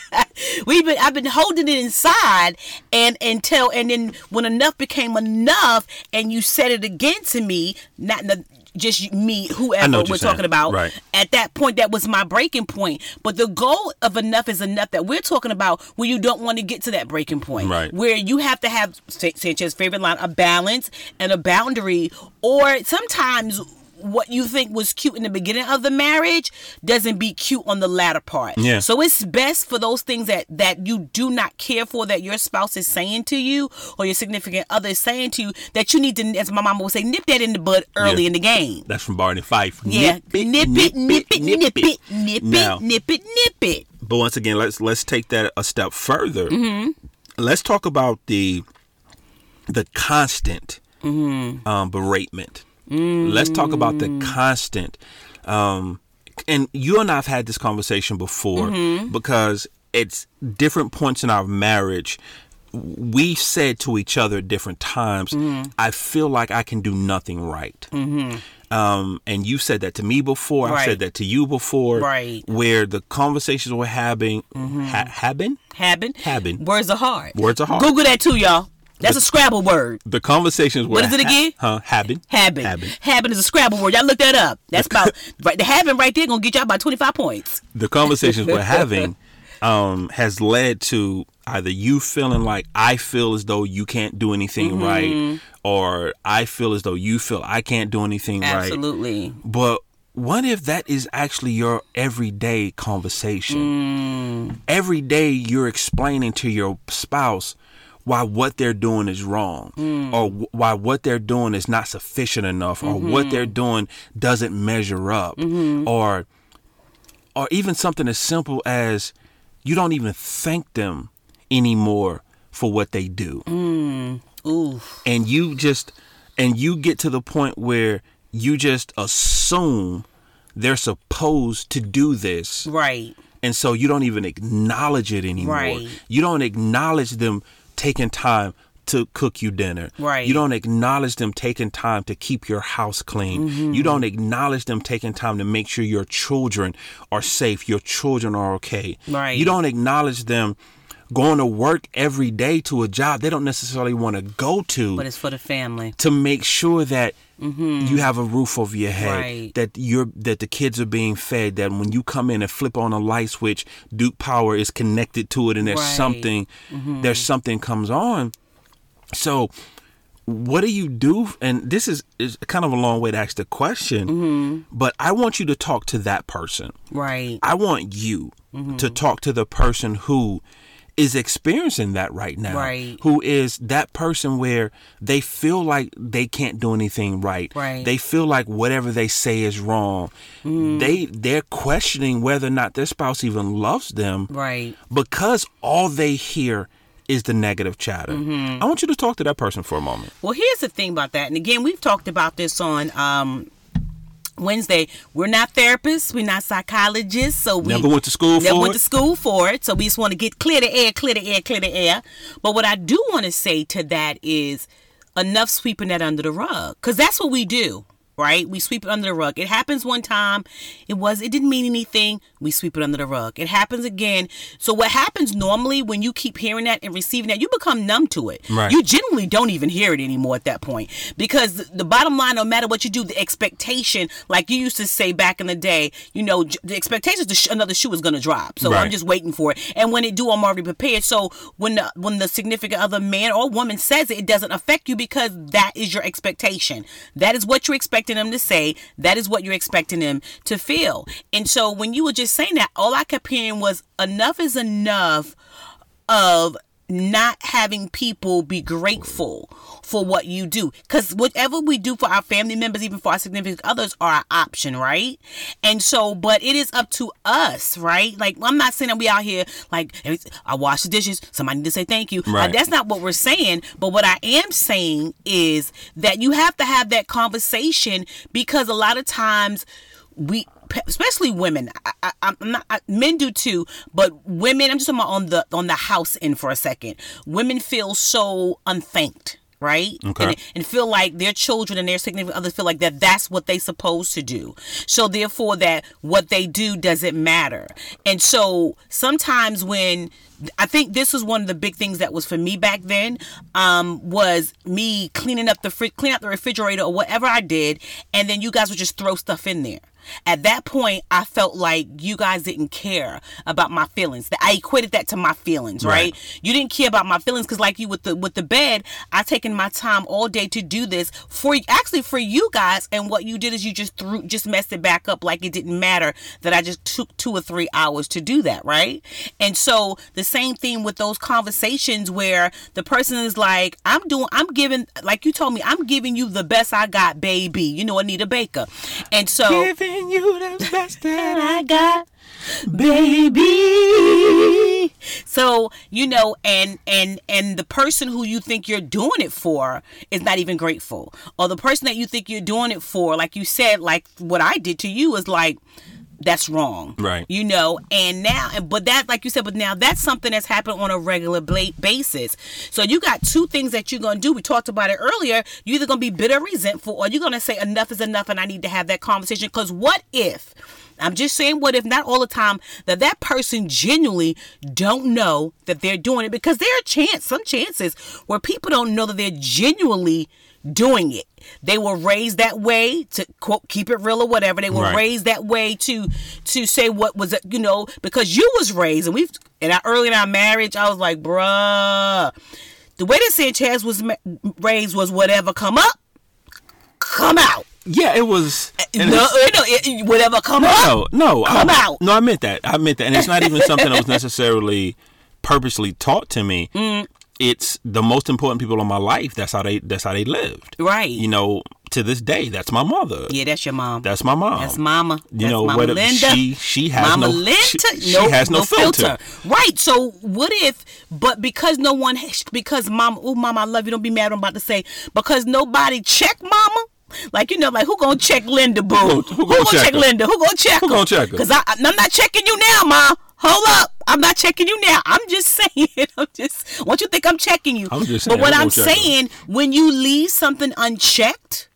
[SPEAKER 2] we've been i've been holding it inside and until and then when enough became enough and you said it again to me not the, just you- me whoever
[SPEAKER 1] know
[SPEAKER 2] we're
[SPEAKER 1] what you're saying.
[SPEAKER 2] talking about
[SPEAKER 1] Right.
[SPEAKER 2] at that point that was my breaking point but the goal of enough is enough that we're talking about where you don't want to get to that breaking point
[SPEAKER 1] Right.
[SPEAKER 2] where you have to have Sa- sanchez's favorite line a balance and a boundary or sometimes what you think was cute in the beginning of the marriage doesn't be cute on the latter part
[SPEAKER 1] Yeah.
[SPEAKER 2] so it's best for those things that that you do not care for that your spouse is saying to you or your significant other is saying to you that you need to as my mama would say nip that in the bud early
[SPEAKER 1] Yeah.
[SPEAKER 2] in the game
[SPEAKER 1] That's from Barney Fife.
[SPEAKER 2] yeah, nip it, nip it, nip it, nip it,
[SPEAKER 1] Now,
[SPEAKER 2] nip it, nip it.
[SPEAKER 1] but once again, let's let's take that a step further. Let's talk about the the constant um, beratement. Let's talk about the constant. Um, and you and I have had this conversation before because it's different points in our marriage. We said to each other at different times, I feel like I can do nothing right. Um, and you said that to me before. I
[SPEAKER 2] Right.
[SPEAKER 1] said that to you before.
[SPEAKER 2] Right. Mm-hmm.
[SPEAKER 1] Where the conversations we're having, ha- having,
[SPEAKER 2] Happen.
[SPEAKER 1] Happen.
[SPEAKER 2] Words are hard.
[SPEAKER 1] Words are hard.
[SPEAKER 2] Google that too, y'all. That's a Scrabble word.
[SPEAKER 1] the conversations were.
[SPEAKER 2] What is it again?
[SPEAKER 1] huh? Having.
[SPEAKER 2] Happen.
[SPEAKER 1] Happen.
[SPEAKER 2] Happen is a Scrabble word. Y'all look that up. That's about *laughs* right. The happen right there gonna get y'all about twenty five points.
[SPEAKER 1] the conversations we're having um, has led to either you feeling like I feel as though you can't do anything
[SPEAKER 2] Mm-hmm.
[SPEAKER 1] right, or I feel as though you feel I can't do anything right.
[SPEAKER 2] Absolutely.
[SPEAKER 1] But what if that is actually your everyday conversation? Every day you're explaining to your spouse why what they're doing is wrong, or wh- why what they're doing is not sufficient enough, or what they're doing doesn't measure up, or or even something as simple as you don't even thank them anymore for what they do
[SPEAKER 2] Ooh.
[SPEAKER 1] and you just and you get to the point where you just assume they're supposed to do this
[SPEAKER 2] Right.
[SPEAKER 1] and so you don't even acknowledge it anymore
[SPEAKER 2] Right.
[SPEAKER 1] you don't acknowledge them taking time to cook you dinner
[SPEAKER 2] Right.
[SPEAKER 1] you don't acknowledge them taking time to keep your house clean
[SPEAKER 2] Mm-hmm.
[SPEAKER 1] you don't acknowledge them taking time to make sure your children are safe your children are okay
[SPEAKER 2] Right.
[SPEAKER 1] you don't acknowledge them going to work every day to a job they don't necessarily want to go to
[SPEAKER 2] But it's for the family.
[SPEAKER 1] to make sure that you have a roof over your head,
[SPEAKER 2] Mm-hmm. Right.
[SPEAKER 1] that you're that the kids are being fed, that when you come in and flip on a light switch, Duke Power is connected to it, and there's
[SPEAKER 2] Right. Mm-hmm.
[SPEAKER 1] something, there's something comes on. So, what do you do? And this is is kind of a long way to ask the question,
[SPEAKER 2] Mm-hmm.
[SPEAKER 1] but I want you to talk to that person.
[SPEAKER 2] Right.
[SPEAKER 1] I want you
[SPEAKER 2] Mm-hmm.
[SPEAKER 1] to talk to the person who is experiencing that right now.
[SPEAKER 2] Right.
[SPEAKER 1] Who is that person where they feel like they can't do anything right.
[SPEAKER 2] Right. Mm.
[SPEAKER 1] They feel like whatever they say is wrong. They they're questioning whether or not their spouse even loves them
[SPEAKER 2] Right.
[SPEAKER 1] because all they hear is the negative chatter.
[SPEAKER 2] Mm-hmm.
[SPEAKER 1] I want you to talk to that person for a moment.
[SPEAKER 2] Well, here's the thing about that. And again, we've talked about this on um, Wednesday. We're not therapists, we're not psychologists, so we
[SPEAKER 1] Never went to school
[SPEAKER 2] never
[SPEAKER 1] for
[SPEAKER 2] went
[SPEAKER 1] it.
[SPEAKER 2] to school for it. So we just want to get clear the air, clear the air, clear the air. But what I do want to say to that is enough sweeping that under the rug, because that's what we do. Right, we sweep it under the rug. It happens one time. It was. It didn't mean anything. We sweep it under the rug. It happens again. So what happens normally when you keep hearing that and receiving that, you become numb to it.
[SPEAKER 1] Right.
[SPEAKER 2] You generally don't even hear it anymore at that point because the bottom line no matter what you do the expectation like you used to say back in the day you know j- the expectations the sh- another shoe is going to drop so i'm
[SPEAKER 1] Right.
[SPEAKER 2] just waiting for it and when it do i'm already prepared so when the when the significant other man or woman says it it doesn't affect you because that is your expectation that is what you're expecting them to say that is what you're expecting them to feel and so when you were just saying that all i kept hearing was enough is enough of not having people be grateful for what you do because whatever we do for our family members even for our significant others are our option right and so but it is up to us right like i'm not saying that we out here like every- i wash the dishes somebody need to say thank you Like,
[SPEAKER 1] Right.
[SPEAKER 2] that's not what we're saying but what i am saying is that you have to have that conversation because a lot of times we pe- especially women I, I, i'm not I, men do too but women i'm just talking about on the on the house end for a second women feel so unthanked right
[SPEAKER 1] Okay.
[SPEAKER 2] and, and feel like their children and their significant others feel like that that's what they supposed to do so therefore that what they do doesn't matter and so sometimes when i think this was one of the big things that was for me back then um, was me cleaning up the fri- clean out the refrigerator or whatever i did and then you guys would just throw stuff in there at that point i felt like you guys didn't care about my feelings that i equated that to my feelings right,
[SPEAKER 1] Right.
[SPEAKER 2] you didn't care about my feelings because like you with the with the bed i taken my time all day to do this for actually for you guys and what you did is you just threw just messed it back up like it didn't matter that i just took two or three hours to do that right and so the same thing with those conversations where the person is like i'm doing i'm giving like you told me i'm giving you the best i got baby you know anita baker and so
[SPEAKER 1] Giving you the best that
[SPEAKER 2] I got, baby. So you know, and and and the person who you think you're doing it for is not even grateful, or the person that you think you're doing it for, like you said, like what I did to you is like. That's wrong,
[SPEAKER 1] Right.
[SPEAKER 2] You know, and now, and but that, like you said, but now that's something that's happened on a regular bla- basis. So you got two things that you're gonna do. We talked about it earlier. You're either gonna be bitter, resentful, or you're gonna say enough is enough, and I need to have that conversation. Because what if I'm just saying, what if not all the time that that person genuinely don't know that they're doing it because there are chance, some chances where people don't know that they're genuinely doing it. They were raised that way to quote keep it real or whatever. They were
[SPEAKER 1] Right.
[SPEAKER 2] raised that way to to say what was you know because you was raised and we've and I, early in our marriage I was like, bruh, the way that Sanchez was ma- raised was whatever come up, come out.
[SPEAKER 1] Yeah, it was.
[SPEAKER 2] No,
[SPEAKER 1] and
[SPEAKER 2] no,
[SPEAKER 1] it's-
[SPEAKER 2] it- whatever come up.
[SPEAKER 1] No, no,
[SPEAKER 2] Come
[SPEAKER 1] I,
[SPEAKER 2] out.
[SPEAKER 1] No, I meant that. I meant that, and it's not even something that
[SPEAKER 2] *laughs*
[SPEAKER 1] was necessarily purposely taught to me.
[SPEAKER 2] Mm.
[SPEAKER 1] It's the most important people in my life. That's how they. That's how they lived.
[SPEAKER 2] Right.
[SPEAKER 1] You know, to this day, that's my mother.
[SPEAKER 2] Yeah, that's your mom.
[SPEAKER 1] That's my mom.
[SPEAKER 2] That's mama.
[SPEAKER 1] You
[SPEAKER 2] That's
[SPEAKER 1] know
[SPEAKER 2] mama
[SPEAKER 1] what?
[SPEAKER 2] Linda.
[SPEAKER 1] She she has
[SPEAKER 2] mama
[SPEAKER 1] no
[SPEAKER 2] Linda.
[SPEAKER 1] She, she
[SPEAKER 2] no,
[SPEAKER 1] has no, filter.
[SPEAKER 2] Right. So what if? But because no one, because mama, oh mama, I love you. Don't be mad. I'm about to say because nobody checked mama. Like you know, like who gonna check Linda? Boo. Who,
[SPEAKER 1] gonna- who gonna check her?
[SPEAKER 2] Linda? Who gonna check?
[SPEAKER 1] Who gonna check her?
[SPEAKER 2] Because I, I'm not checking you now, ma. Hold up. I'm not checking you now. I'm just *laughs* saying. I'm just. What you think I'm checking you?
[SPEAKER 1] I'm just
[SPEAKER 2] But
[SPEAKER 1] saying,
[SPEAKER 2] what
[SPEAKER 1] who gonna
[SPEAKER 2] I'm
[SPEAKER 1] check her?
[SPEAKER 2] saying, when you leave something unchecked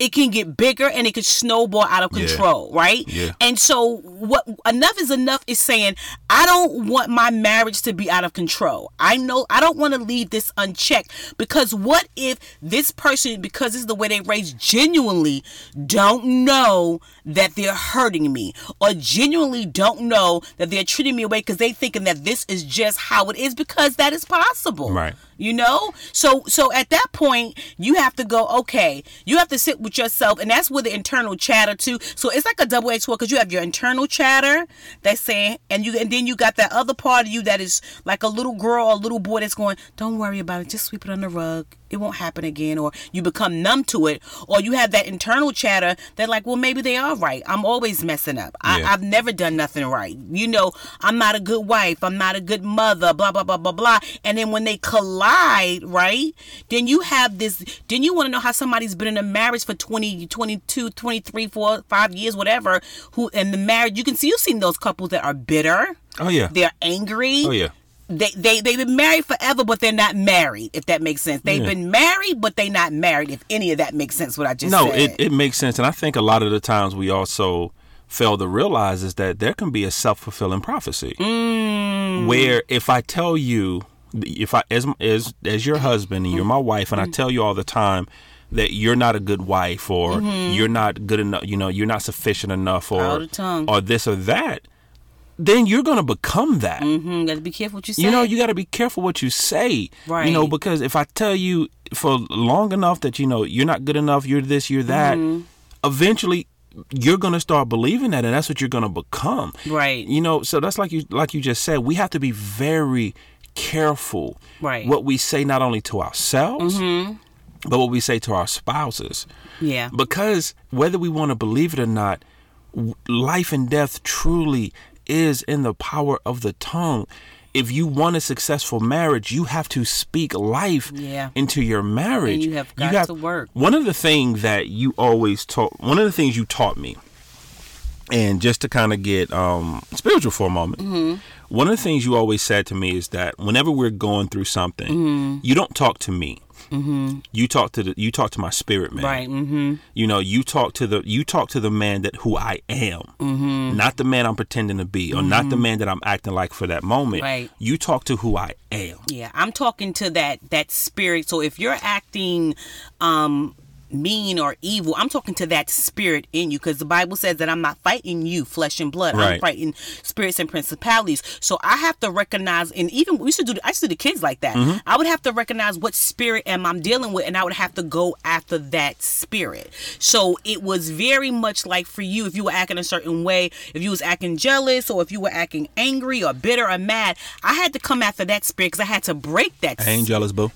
[SPEAKER 2] it can get bigger and it can snowball out of
[SPEAKER 1] Yeah.
[SPEAKER 2] control, right?
[SPEAKER 1] Yeah.
[SPEAKER 2] And so what enough is enough is saying I don't want my marriage to be out of control. I know I don't want to leave this unchecked because what if this person because this is the way they raised genuinely don't know that they're hurting me or genuinely don't know that they're treating me away because they thinking that this is just how it is because that is possible
[SPEAKER 1] Right.
[SPEAKER 2] you know so so at that point you have to go okay you have to sit with yourself and that's where the internal chatter too so it's like a double-edged sword because you have your internal chatter that's saying and you and then you got that other part of you that is like a little girl or a little boy that's going don't worry about it just sweep it on the rug it won't happen again, or you become numb to it, or you have that internal chatter that like, well, maybe they are right. I'm always messing up. I,
[SPEAKER 1] Yeah.
[SPEAKER 2] I've never done nothing right. You know, I'm not a good wife. I'm not a good mother. Blah blah blah blah blah. And then when they collide, right? Then you have this. Then you want to know how somebody's been in a marriage for 20, 22, 23, 4, 5 years, whatever. Who and the marriage? You can see you've seen those couples that are bitter.
[SPEAKER 1] Oh yeah.
[SPEAKER 2] They're angry
[SPEAKER 1] Oh yeah.
[SPEAKER 2] they they they've been married forever, but they're not married. If that makes sense, they've
[SPEAKER 1] Yeah.
[SPEAKER 2] been married, but they not married. If any of that makes sense, what I just
[SPEAKER 1] No,
[SPEAKER 2] said.
[SPEAKER 1] it, it makes sense. And I think a lot of the times we also fail to realize is that there can be a self fulfilling prophecy
[SPEAKER 2] Mm.
[SPEAKER 1] where if I tell you, if I, as, as, as your husband and you're my wife,
[SPEAKER 2] Mm-hmm.
[SPEAKER 1] and I tell you all the time that you're not a good wife or you're not good enough, you know, you're not sufficient enough
[SPEAKER 2] Mm-hmm. Out
[SPEAKER 1] or,
[SPEAKER 2] of tongue.
[SPEAKER 1] or this or that, then you're going to become that.
[SPEAKER 2] hmm gotta be careful what you say.
[SPEAKER 1] You know, you got to be careful what you say. You know,
[SPEAKER 2] Right.
[SPEAKER 1] because if I tell you for long enough that you know you're not good enough, you're this, you're that,
[SPEAKER 2] Mm-hmm.
[SPEAKER 1] eventually you're going to start believing that and that's what you're going to become.
[SPEAKER 2] Right.
[SPEAKER 1] You know, so that's like you like you just said, we have to be very careful
[SPEAKER 2] Right. Mm-hmm.
[SPEAKER 1] what we say not only to ourselves, but what we say to our spouses.
[SPEAKER 2] yeah,
[SPEAKER 1] Because whether we want to believe it or not, w- life and death truly is in the power of the tongue. If you want a successful marriage, you have to speak life
[SPEAKER 2] Yeah.
[SPEAKER 1] into your marriage.
[SPEAKER 2] you have got to work.
[SPEAKER 1] One of the things that you always taught, one of the things you taught me, and just to kind of get um, spiritual for a moment,
[SPEAKER 2] Mm-hmm.
[SPEAKER 1] one of the things you always said to me is that whenever we're going through something,
[SPEAKER 2] Mm-hmm.
[SPEAKER 1] you don't talk to me. You talk to the, you talk to my spirit man
[SPEAKER 2] right. Mm-hmm.
[SPEAKER 1] you know you talk to the you talk to the man that who i am
[SPEAKER 2] Mm-hmm.
[SPEAKER 1] not the man i'm pretending to be or not the man that i'm acting like for that moment
[SPEAKER 2] Right.
[SPEAKER 1] you talk to who i am
[SPEAKER 2] Yeah, I'm talking to that that spirit. So if you're acting um mean or evil, I'm talking to that spirit in you because the Bible says that I'm not fighting you, flesh and blood.
[SPEAKER 1] Right.
[SPEAKER 2] I'm fighting spirits and principalities. So I have to recognize, and even we used to do, I used to do the kids like that.
[SPEAKER 1] Mm-hmm.
[SPEAKER 2] I would have to recognize what spirit am I'm dealing with, and I would have to go after that spirit. So it was very much like for you, if you were acting a certain way, if you was acting jealous, or if you were acting angry or bitter or mad, I had to come after that spirit because I had to break that.
[SPEAKER 1] i ain't jealous boo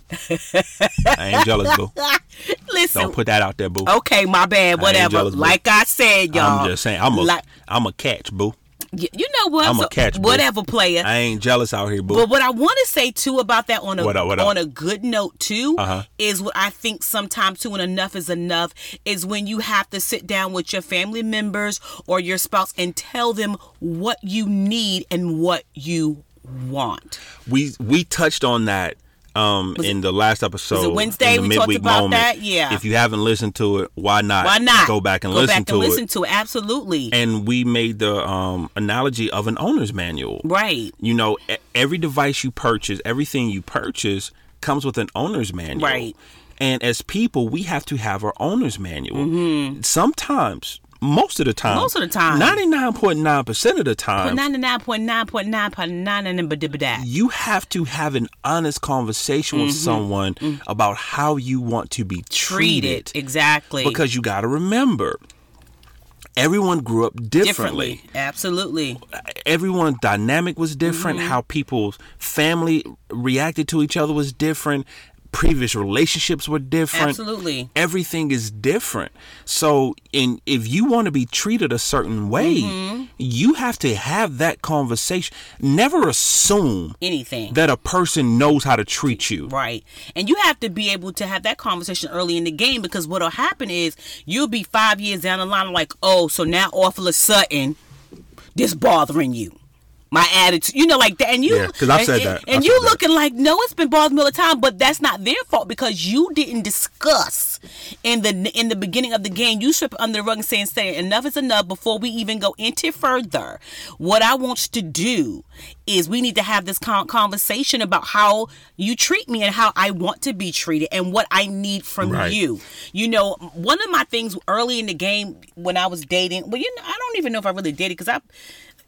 [SPEAKER 1] i ain't jealous boo
[SPEAKER 2] spirit. *laughs* Listen,
[SPEAKER 1] don't put that out there boo
[SPEAKER 2] Okay, my bad. Whatever.
[SPEAKER 1] jealous, but-
[SPEAKER 2] like I said, Oh, y'all.
[SPEAKER 1] i'm just saying i'm a
[SPEAKER 2] Like,
[SPEAKER 1] am a catch boo
[SPEAKER 2] y- you know what?
[SPEAKER 1] I'm a
[SPEAKER 2] So,
[SPEAKER 1] catch, boo.
[SPEAKER 2] Whatever, player.
[SPEAKER 1] i ain't jealous out here boo
[SPEAKER 2] But what I want to say too about that on a
[SPEAKER 1] What up, what up?
[SPEAKER 2] on a good note too
[SPEAKER 1] Uh-huh.
[SPEAKER 2] is what I think sometimes too when enough is enough is when you have to sit down with your family members or your spouse and tell them what you need and what you want.
[SPEAKER 1] we we touched on that um in the last episode
[SPEAKER 2] it Wednesday
[SPEAKER 1] in the
[SPEAKER 2] we talked
[SPEAKER 1] midweek
[SPEAKER 2] about
[SPEAKER 1] moment.
[SPEAKER 2] that? Yeah.
[SPEAKER 1] if you haven't listened to it why not
[SPEAKER 2] Why not
[SPEAKER 1] go back and listen to
[SPEAKER 2] listen
[SPEAKER 1] it
[SPEAKER 2] to it? Absolutely.
[SPEAKER 1] and we made the um analogy of an owner's manual
[SPEAKER 2] right.
[SPEAKER 1] You know, e- every device you purchase, everything you purchase comes with an owner's manual.
[SPEAKER 2] Right.
[SPEAKER 1] And as people, we have to have our owner's manual. Sometimes, most of the time,
[SPEAKER 2] Mm-hmm. Most of the time.
[SPEAKER 1] 99.9% of the time,
[SPEAKER 2] Ninety nine point nine point nine point nine and ba
[SPEAKER 1] you have to have an honest conversation
[SPEAKER 2] Mm-hmm.
[SPEAKER 1] with someone about how you want to be
[SPEAKER 2] Treat
[SPEAKER 1] treated.
[SPEAKER 2] it exactly
[SPEAKER 1] Because you got to remember, everyone grew up differently.
[SPEAKER 2] differently. Absolutely.
[SPEAKER 1] everyone's dynamic was different
[SPEAKER 2] Mm-hmm.
[SPEAKER 1] how people's family reacted to each other was different previous relationships were different
[SPEAKER 2] Absolutely.
[SPEAKER 1] everything is different so in if you want to be treated a certain way
[SPEAKER 2] Mm-hmm.
[SPEAKER 1] you have to have that conversation never assume
[SPEAKER 2] Anything.
[SPEAKER 1] that a person knows how to treat you
[SPEAKER 2] Right. And you have to be able to have that conversation early in the game because what'll happen is you'll be five years down the line like, oh, so now all of a sudden this bothering you. My attitude, you know, like that, and you,
[SPEAKER 1] Yeah, 'cause I've
[SPEAKER 2] and-
[SPEAKER 1] said
[SPEAKER 2] and-
[SPEAKER 1] that.
[SPEAKER 2] and
[SPEAKER 1] I've
[SPEAKER 2] you
[SPEAKER 1] said that.
[SPEAKER 2] looking like, no, it's been bothering me all the time, but that's not their fault because you didn't discuss in the in the beginning of the game. You swept it under the rug and saying, "Say enough is enough." Before we even go into further, what I want you to do is we need to have this con- conversation about how you treat me and how I want to be treated and what I need from
[SPEAKER 1] Right.
[SPEAKER 2] you you. You know, one of my things early in the game when I was dating, well, you know, I don't even know if I really dated because I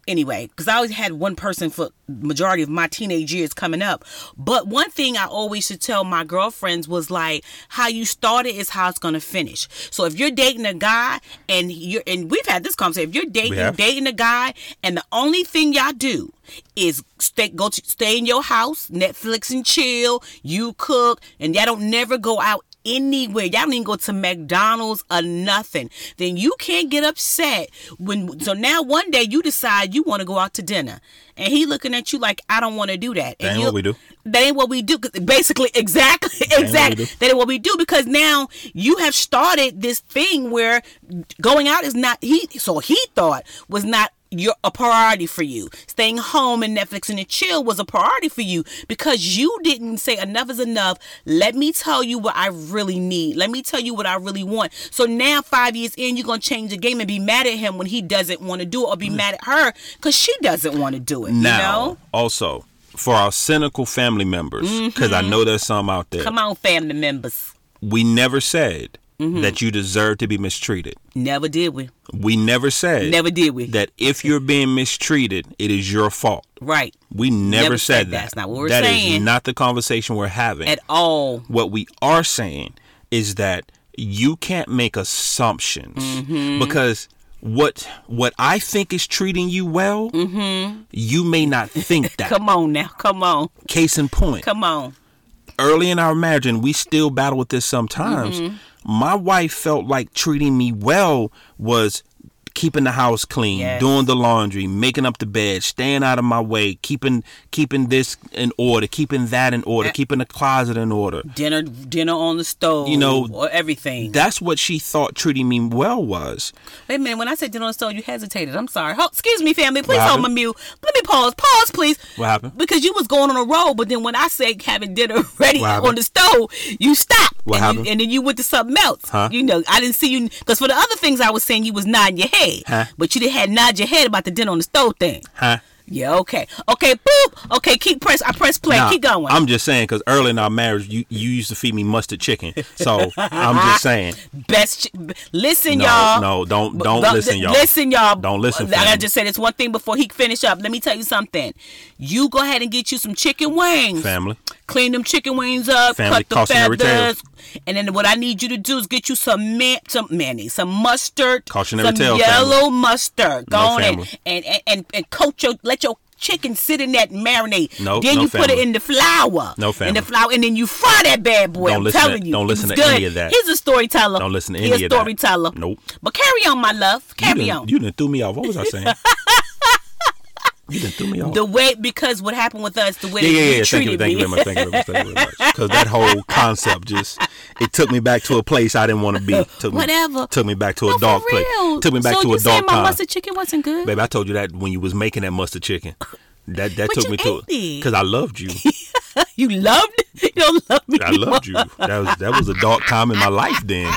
[SPEAKER 2] anyway, because I always had one person for majority of my teenage years coming up. But one thing I always should tell my girlfriends was like, how you started is how it's gonna finish. So if you're dating a guy and you're and we've had this conversation, if you're dating
[SPEAKER 1] have.
[SPEAKER 2] dating a guy and the only thing y'all do is stay go to, stay in your house, Netflix and chill, you cook, and y'all don't never go out anywhere. Y'all don't even go to McDonald's or nothing. Then you can't get upset when so now one day you decide you want to go out to dinner. And he looking at you like I don't want to do that.
[SPEAKER 1] That
[SPEAKER 2] and
[SPEAKER 1] ain't
[SPEAKER 2] you-
[SPEAKER 1] what we do.
[SPEAKER 2] That ain't what we do. 'Cause Basically, *laughs* exactly, exactly.
[SPEAKER 1] do.
[SPEAKER 2] That ain't what we do because now you have started this thing where going out is not he. So he thought was not your a priority for you. Staying home and Netflix and the chill was a priority for you because you didn't say enough is enough. Let me tell you what I really need. Let me tell you what I really want. So now five years in, you're gonna change the game and be mad at him when he doesn't want to do it, or be mad at her because she doesn't want to do it.
[SPEAKER 1] Now,
[SPEAKER 2] you know?
[SPEAKER 1] also for our cynical family members, because I know there's some out there.
[SPEAKER 2] Mm-hmm. Come on, family members.
[SPEAKER 1] We never said
[SPEAKER 2] Mm-hmm.
[SPEAKER 1] that you deserve to be mistreated.
[SPEAKER 2] Never did we.
[SPEAKER 1] We never said
[SPEAKER 2] Never did we.
[SPEAKER 1] that if you're being mistreated, it is your fault.
[SPEAKER 2] right.
[SPEAKER 1] We never,
[SPEAKER 2] Never
[SPEAKER 1] said,
[SPEAKER 2] said
[SPEAKER 1] that.
[SPEAKER 2] that. That's not what we're
[SPEAKER 1] That is
[SPEAKER 2] saying.
[SPEAKER 1] not the conversation we're having.
[SPEAKER 2] At all.
[SPEAKER 1] what we are saying is that you can't make assumptions
[SPEAKER 2] Mm-hmm.
[SPEAKER 1] because what what I think is treating you well, you may not
[SPEAKER 2] *laughs*
[SPEAKER 1] think that.
[SPEAKER 2] Mm-hmm. Come on now. Come on.
[SPEAKER 1] Case in point,
[SPEAKER 2] Come on.
[SPEAKER 1] early in our marriage, and we still battle with this sometimes.
[SPEAKER 2] Mm-hmm.
[SPEAKER 1] My wife felt like treating me well was keeping the house clean,
[SPEAKER 2] Yes.
[SPEAKER 1] doing the laundry, making up the bed, staying out of my way, keeping keeping this in order, keeping that in
[SPEAKER 2] Eh.
[SPEAKER 1] order, keeping the closet in order.
[SPEAKER 2] Dinner dinner on the stove.
[SPEAKER 1] You know,
[SPEAKER 2] or everything.
[SPEAKER 1] That's what she thought treating me well was.
[SPEAKER 2] Wait a minute. When I said dinner on the stove, you hesitated. I'm sorry. Hold, excuse me, family. Please hold
[SPEAKER 1] happened?
[SPEAKER 2] my mute. Let me pause. Pause, please.
[SPEAKER 1] What happened?
[SPEAKER 2] Because you was going on a roll, but then when I said having dinner *laughs* ready
[SPEAKER 1] What happened?
[SPEAKER 2] on the stove, you stopped.
[SPEAKER 1] What
[SPEAKER 2] and you-
[SPEAKER 1] happened?
[SPEAKER 2] and then you went to something else.
[SPEAKER 1] Huh?
[SPEAKER 2] You know, I didn't see you because for the other things I was saying, you was nodding your head,
[SPEAKER 1] Huh?
[SPEAKER 2] but you didn't had nod your head about the dinner on the stove thing.
[SPEAKER 1] Huh?
[SPEAKER 2] Yeah, okay. Okay, boop. Okay, keep press. I press play.
[SPEAKER 1] Nah,
[SPEAKER 2] keep going.
[SPEAKER 1] I'm just saying because early in our marriage, you, you used to feed me mustard chicken. So I'm
[SPEAKER 2] *laughs*
[SPEAKER 1] just saying.
[SPEAKER 2] Best. Ch- b- listen,
[SPEAKER 1] No,
[SPEAKER 2] y'all.
[SPEAKER 1] no, don't
[SPEAKER 2] B-
[SPEAKER 1] don't
[SPEAKER 2] the-
[SPEAKER 1] listen,
[SPEAKER 2] the-
[SPEAKER 1] y'all.
[SPEAKER 2] Listen, y'all.
[SPEAKER 1] Don't listen,
[SPEAKER 2] I gotta
[SPEAKER 1] fam.
[SPEAKER 2] just say this one thing before he finish up. Let me tell you something. You go ahead and get you some chicken wings.
[SPEAKER 1] Family,
[SPEAKER 2] Clean them chicken wings up.
[SPEAKER 1] Family
[SPEAKER 2] cut the
[SPEAKER 1] cautionary tale.
[SPEAKER 2] feathers. And then what I need you to do is get you some man, some mayonnaise, some mustard,
[SPEAKER 1] Cautionary
[SPEAKER 2] some
[SPEAKER 1] tale,
[SPEAKER 2] yellow mustard. Go
[SPEAKER 1] No
[SPEAKER 2] on and,
[SPEAKER 1] family.
[SPEAKER 2] and and and and coat your let your chicken sit in that marinade.
[SPEAKER 1] No-
[SPEAKER 2] then
[SPEAKER 1] no
[SPEAKER 2] you put
[SPEAKER 1] family.
[SPEAKER 2] it in the flour.
[SPEAKER 1] No
[SPEAKER 2] In
[SPEAKER 1] family.
[SPEAKER 2] the flour, and then you fry that bad boy.
[SPEAKER 1] Don't
[SPEAKER 2] I'm
[SPEAKER 1] listen to-
[SPEAKER 2] telling you,
[SPEAKER 1] don't
[SPEAKER 2] it
[SPEAKER 1] listen
[SPEAKER 2] was
[SPEAKER 1] to
[SPEAKER 2] good.
[SPEAKER 1] any of that.
[SPEAKER 2] He's a storyteller.
[SPEAKER 1] Don't listen to
[SPEAKER 2] He
[SPEAKER 1] any
[SPEAKER 2] a
[SPEAKER 1] of that.
[SPEAKER 2] storyteller.
[SPEAKER 1] Nope.
[SPEAKER 2] But carry on, my love.
[SPEAKER 1] you
[SPEAKER 2] Carry on.
[SPEAKER 1] done, you done threw me off. What was I
[SPEAKER 2] *laughs*
[SPEAKER 1] saying? you done threw me off.
[SPEAKER 2] the way because what happened with us, the way
[SPEAKER 1] yeah,
[SPEAKER 2] that
[SPEAKER 1] yeah,
[SPEAKER 2] you *laughs*
[SPEAKER 1] yeah. Thank you,
[SPEAKER 2] treated
[SPEAKER 1] thank you
[SPEAKER 2] me.
[SPEAKER 1] very much, thank you very much, thank you very much. Because that whole concept just it took me back to a place I didn't want to be. Took me,
[SPEAKER 2] Whatever.
[SPEAKER 1] Took me back to
[SPEAKER 2] No,
[SPEAKER 1] a dark
[SPEAKER 2] for
[SPEAKER 1] place.
[SPEAKER 2] real.
[SPEAKER 1] Took me back
[SPEAKER 2] so
[SPEAKER 1] to
[SPEAKER 2] you
[SPEAKER 1] a dark
[SPEAKER 2] saying my
[SPEAKER 1] time.
[SPEAKER 2] mustard chicken wasn't good?
[SPEAKER 1] Babe, I told you that when you was making that mustard chicken. That that
[SPEAKER 2] But
[SPEAKER 1] took
[SPEAKER 2] you
[SPEAKER 1] me to
[SPEAKER 2] ate it.
[SPEAKER 1] because I loved
[SPEAKER 2] *laughs*
[SPEAKER 1] you.
[SPEAKER 2] You loved? You don't love me?
[SPEAKER 1] I loved you. That was that was a dark time in my life then,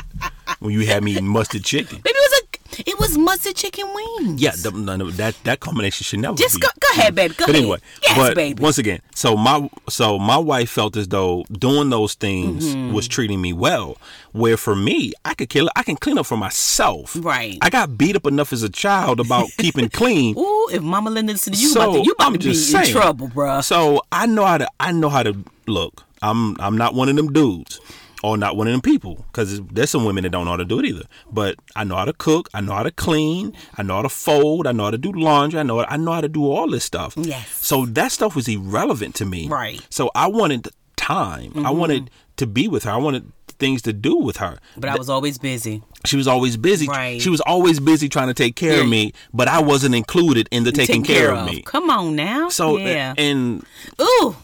[SPEAKER 1] when you had me eating mustard chicken.
[SPEAKER 2] Baby, it was a it was mustard chicken wings.
[SPEAKER 1] Yeah, th- no, no, that that combination should never.
[SPEAKER 2] Just
[SPEAKER 1] be.
[SPEAKER 2] go, go ahead, baby. Go
[SPEAKER 1] but
[SPEAKER 2] ahead.
[SPEAKER 1] anyway,
[SPEAKER 2] yes,
[SPEAKER 1] but
[SPEAKER 2] baby.
[SPEAKER 1] once again, so my so my wife felt as though doing those things
[SPEAKER 2] Mm-hmm.
[SPEAKER 1] was treating me well, where for me I could kill I can clean up for myself.
[SPEAKER 2] Right.
[SPEAKER 1] I got beat up enough as a child about keeping clean.
[SPEAKER 2] Ooh, if Mama Linda listen to you,
[SPEAKER 1] so
[SPEAKER 2] about to, you about
[SPEAKER 1] I'm
[SPEAKER 2] to be
[SPEAKER 1] just
[SPEAKER 2] in
[SPEAKER 1] saying.
[SPEAKER 2] trouble, bruh.
[SPEAKER 1] Uh, So I know how to. I know how to look. I'm. I'm not one of them dudes, or not one of them people. Because there's some women that don't know how to do it either. But I know how to cook. I know how to clean. I know how to fold. I know how to do laundry. I know. I know how to do all this stuff.
[SPEAKER 2] Yes.
[SPEAKER 1] So that stuff was irrelevant to me.
[SPEAKER 2] Right. Mm-hmm.
[SPEAKER 1] So I wanted time. I wanted to be with her. I wanted things to do with her.
[SPEAKER 2] But I was always busy.
[SPEAKER 1] She was always busy.
[SPEAKER 2] Right.
[SPEAKER 1] She was always busy trying to take care of me, but I wasn't included in the taking,
[SPEAKER 2] Taken
[SPEAKER 1] care, of me.
[SPEAKER 2] Come on now.
[SPEAKER 1] So uh,
[SPEAKER 2] yeah.
[SPEAKER 1] and
[SPEAKER 2] Ooh.